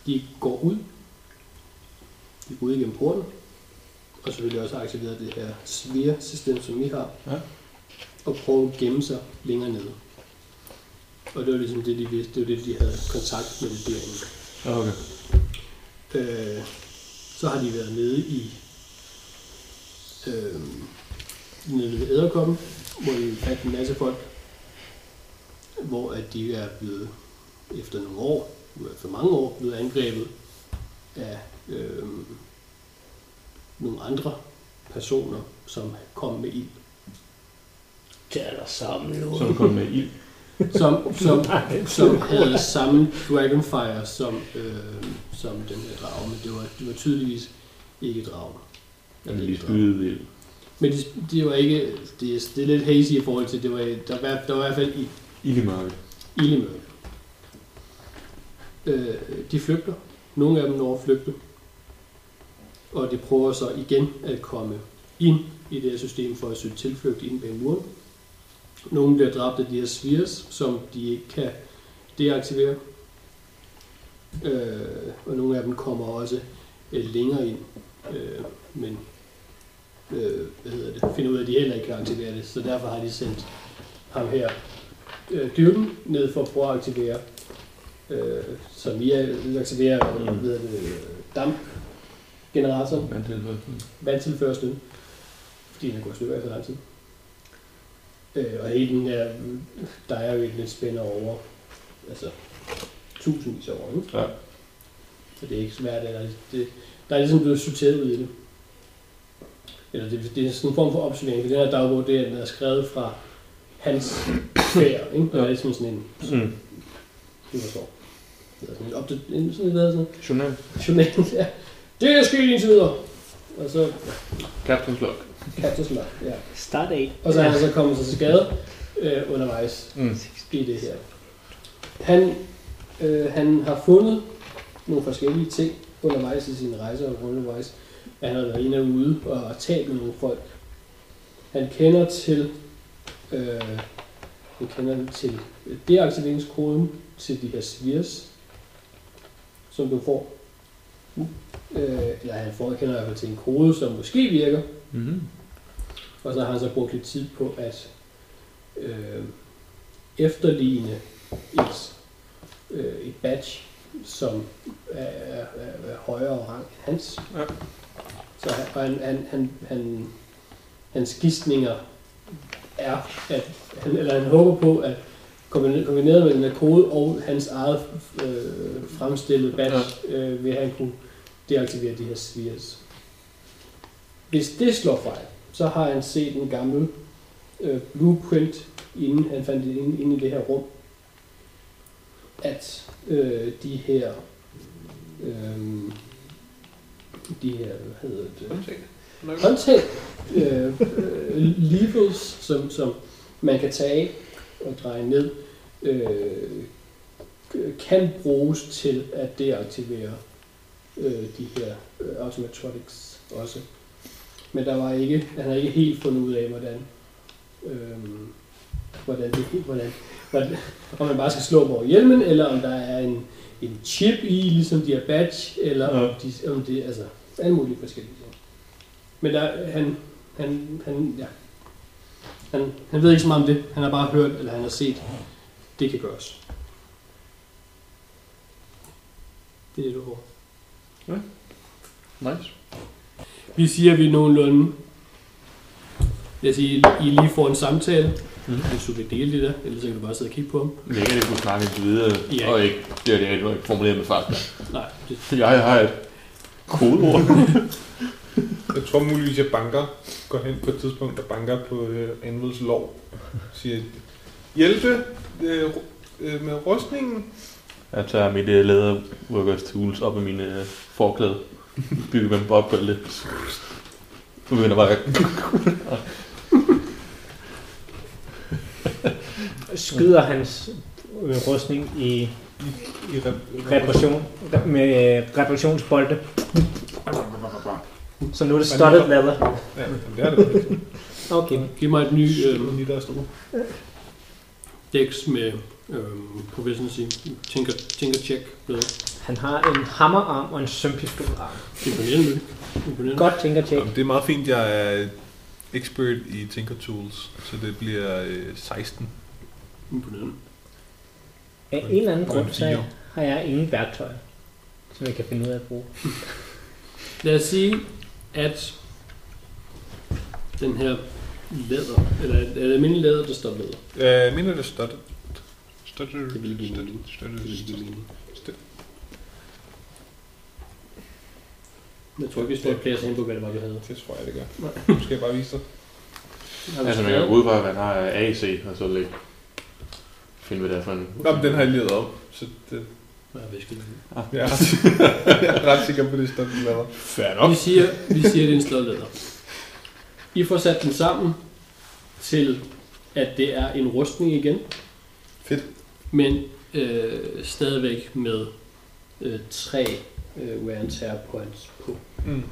De går ud ude igennem porten. Og selvfølgelig også aktiveret det her svier-system, som vi har. Ja. Og prøve at gemme sig længere nede. Og det var ligesom det, de vidste. Det var det, de havde kontakt med det derinde. Ja, okay. Øh, så har de været nede i øh, nede ved Æderkoppen, hvor de fandt en masse folk, hvor at de er blevet efter nogle år, nu er for mange år, blevet angrebet af øh, nogle andre personer, som kom med ild. Tag dig sammen nu. Som kom med ild. Som, som, som havde samme Dragonfire som, øh, som den her drage, men det var, det var tydeligvis ikke dragen. Men de spydede ild. Men det, det var ikke, det, er- det er lidt hazy i forhold til, det var, der, var, der var i hvert fald i, Ild i markedet. ild i mørket. Øh, de flygter. Nogle af dem når at flygte. Og de prøver så igen at komme ind i det her system for at søge tilflugt ind bag muren. Nogle bliver dræbt af de her svirs, som de ikke kan deaktivere. Øh, og nogle af dem kommer også øh, længere ind, øh, men øh, hvad hedder det, finder ud af, at de heller ikke kan aktivere det. Så derfor har de sendt ham her, øh, dyrken, ned for at prøve at aktivere, øh, som vi aktiverer, mm. hvad hedder det, øh, dampgeneratoren Hvad tilføjede den? vandtilførslen, fordi den går i stykker efter lang tid. Øh, og hele den her, der er jo et lidt spænder over, altså tusindvis af år, ikke? Ja. Så det er ikke svært, eller det, der er ligesom blevet sorteret ud i det. Eller det, det er sådan en form for opsummering, for den her dagbog, det er, den er skrevet fra hans færd, ikke? Og det er ligesom sådan en, Mm. det var så. Det er sådan en opdatering, sådan en, sådan en, hvad hedder Journal. sådan en, journal, [laughs] ja. Det er sket indtil videre. Og så Captain's Log. Captain's Log, ja. Start af. Og så er han så kommet sig til skade øh, undervejs Mm. i det her. Han, øh, han har fundet nogle forskellige ting undervejs i sine rejser og undervejs. at Han har været inde og ude og har talt med nogle folk. Han kender til øh, han kender til deaktiveringskoden til de her svirs, som du får. Øh, eller han får, kender i hvert fald til en kode, som måske virker, Mm. og så har han så brugt lidt tid på at øh, efterligne et, øh, et badge, som er, er, er, er højere rang end hans. Ja. Så han, og han, han, han, han, hans gidsninger er, at han, eller han håber på, at kombine- kombineret med den her kode og hans eget øh, fremstillede badge, øh, vil han kunne deaktivere de her spheres. Hvis det slår fejl, så har han set en gammel øh, blueprint, inden han fandt det inde, inde i det her rum, at øh, de her øh, de her, hvad hedder det, håndtag øh, øh, levels, som, som man kan tage af og dreje ned, øh, kan bruges til at deaktivere øh, de her øh, automatronics også. Men der var ikke, han har ikke helt fundet ud af, hvordan, øh, hvordan det hvordan, hvordan, om man bare skal slå dem over hjelmen, eller om der er en, en chip i, ligesom de har badge, eller ja. om, de, om det, altså, alle mulige forskellige ting. Men der, han, han, han, ja. Han, han ved ikke så meget om det. Han har bare hørt, eller han har set, det kan gøres. Det er det, du får. Nice. Vi siger, at vi er nogenlunde... Jeg siger, I lige får en samtale, mm. hvis du vil dele det der, ellers så kan du bare sidde og kigge på ham. Men jeg kan ikke kunne snakke indtil videre, Ja. og ikke, det er det, jeg ikke formuleret med fakta. Nej, det, Jeg har et kodeord. Jeg tror muligvis, jeg banker, går hen på et tidspunkt og banker på øh, Anvels lov. Siger, hjælpe øh, ru- øh, med rustningen. Jeg tager mit uh, leather workers tools op af mine uh, forklæde. Bygger dem op på lidt. Nu begynder bare at... Skyder hans øh, rustning i I rep- reparation, re- med øh, reparationsbolde. Så nu er det studded leather. Ja, men det er det. Okay. giv mig et nyt... Øh, Lige der er store. Dex med øhm, proficiency. Tinker, tinker check. Bedre. Han har en hammerarm og en sømpistolarm. Imponerende. Lykke. Imponerende. Godt tænker tjek. Jamen, det er meget fint, jeg er expert i Tinker Tools, så det bliver øh, 16. Imponerende. Af en eller anden Og grund, en så fire. har jeg ingen værktøj, som jeg kan finde ud af at bruge. Lad os sige, at den her læder, eller er det almindelig læder, der står læder. Øh, mener det støtte? Støtte? Det ville give mening. Støtte? Det vil ikke give mening. støtte- Jeg tror ikke, vi står og klæder os ind på, hvad det var, vi havde. Det tror jeg, det gør. Nej. Nu skal jeg bare vise dig. Har vi Altså, man kan skrevet? gå ud fra, at man har øh, AC, og så lægge finde, hvad det er for en... Nå, men den har jeg levet op, så det, Nej, vi skal ikke. jeg, er ret, [laughs] jeg er ret sikker på, det er støtte, den laver. Fair Vi siger, vi siger, at det er en slålæder. I får sat den sammen til, at det er en rustning igen. Fedt. Men øh, stadigvæk med øh, tre øh, wear and tear points på. Mm.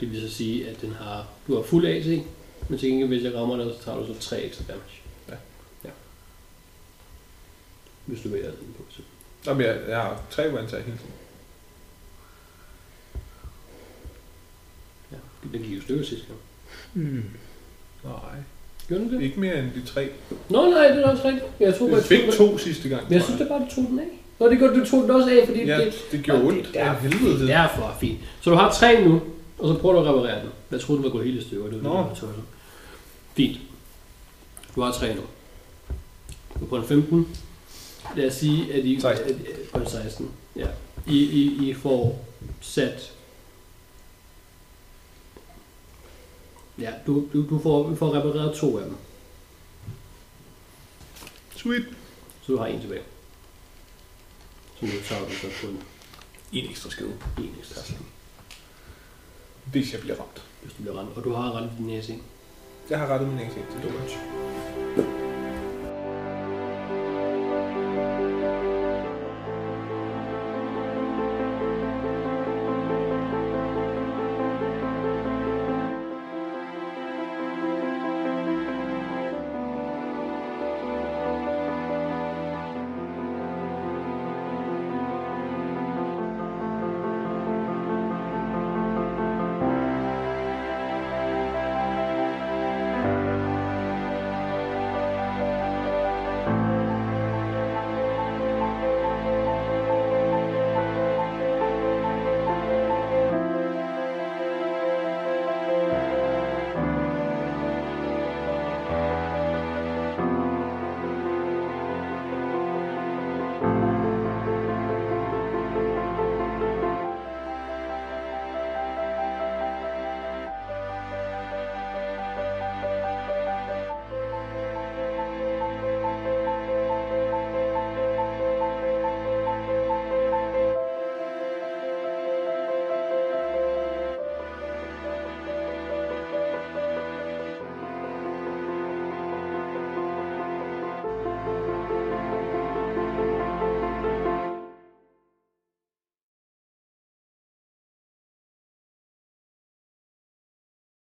Det vil så sige, at den har, du har fuld AC, men til gengæld, hvis jeg rammer dig, så tager du så 3 ekstra damage. Ja. ja. Hvis du vælger den på. Så. Nå, men jeg, jeg har tre wands af hele tiden. Ja. Den gik jo stykker sidste gang. Mm. Nej. Gjorde den det? Ikke mere end de tre. Nå nej, det er også rigtigt. Jeg tror, Jeg jeg fik tror, to sidste gang, Men jeg synes da bare, du tog den af. Nå, det gjorde du tog den også af, fordi Ja, det, det gjorde Nå, ondt. Det er Ja, helvede derfor, det. derfor fint. Så du har tre nu, og så prøver du at reparere den. Jeg troede, den var gået helt i stykker. Det var Nå. det, der var tosset. Fint. Du har tre nu. Du er på en 15. Lad os sige, at I... 16. At, at, på en 16, ja. I, I, I får sat... Ja, du, du, du får, får repareret to af dem. Sweet. Så du har en tilbage. Så nu tager du så kun En ekstra skade, en ekstra slang, hvis jeg bliver ramt. hvis du bliver ramt. Og du har ramt din næse, ikke? Jeg har rettet min AC til damage.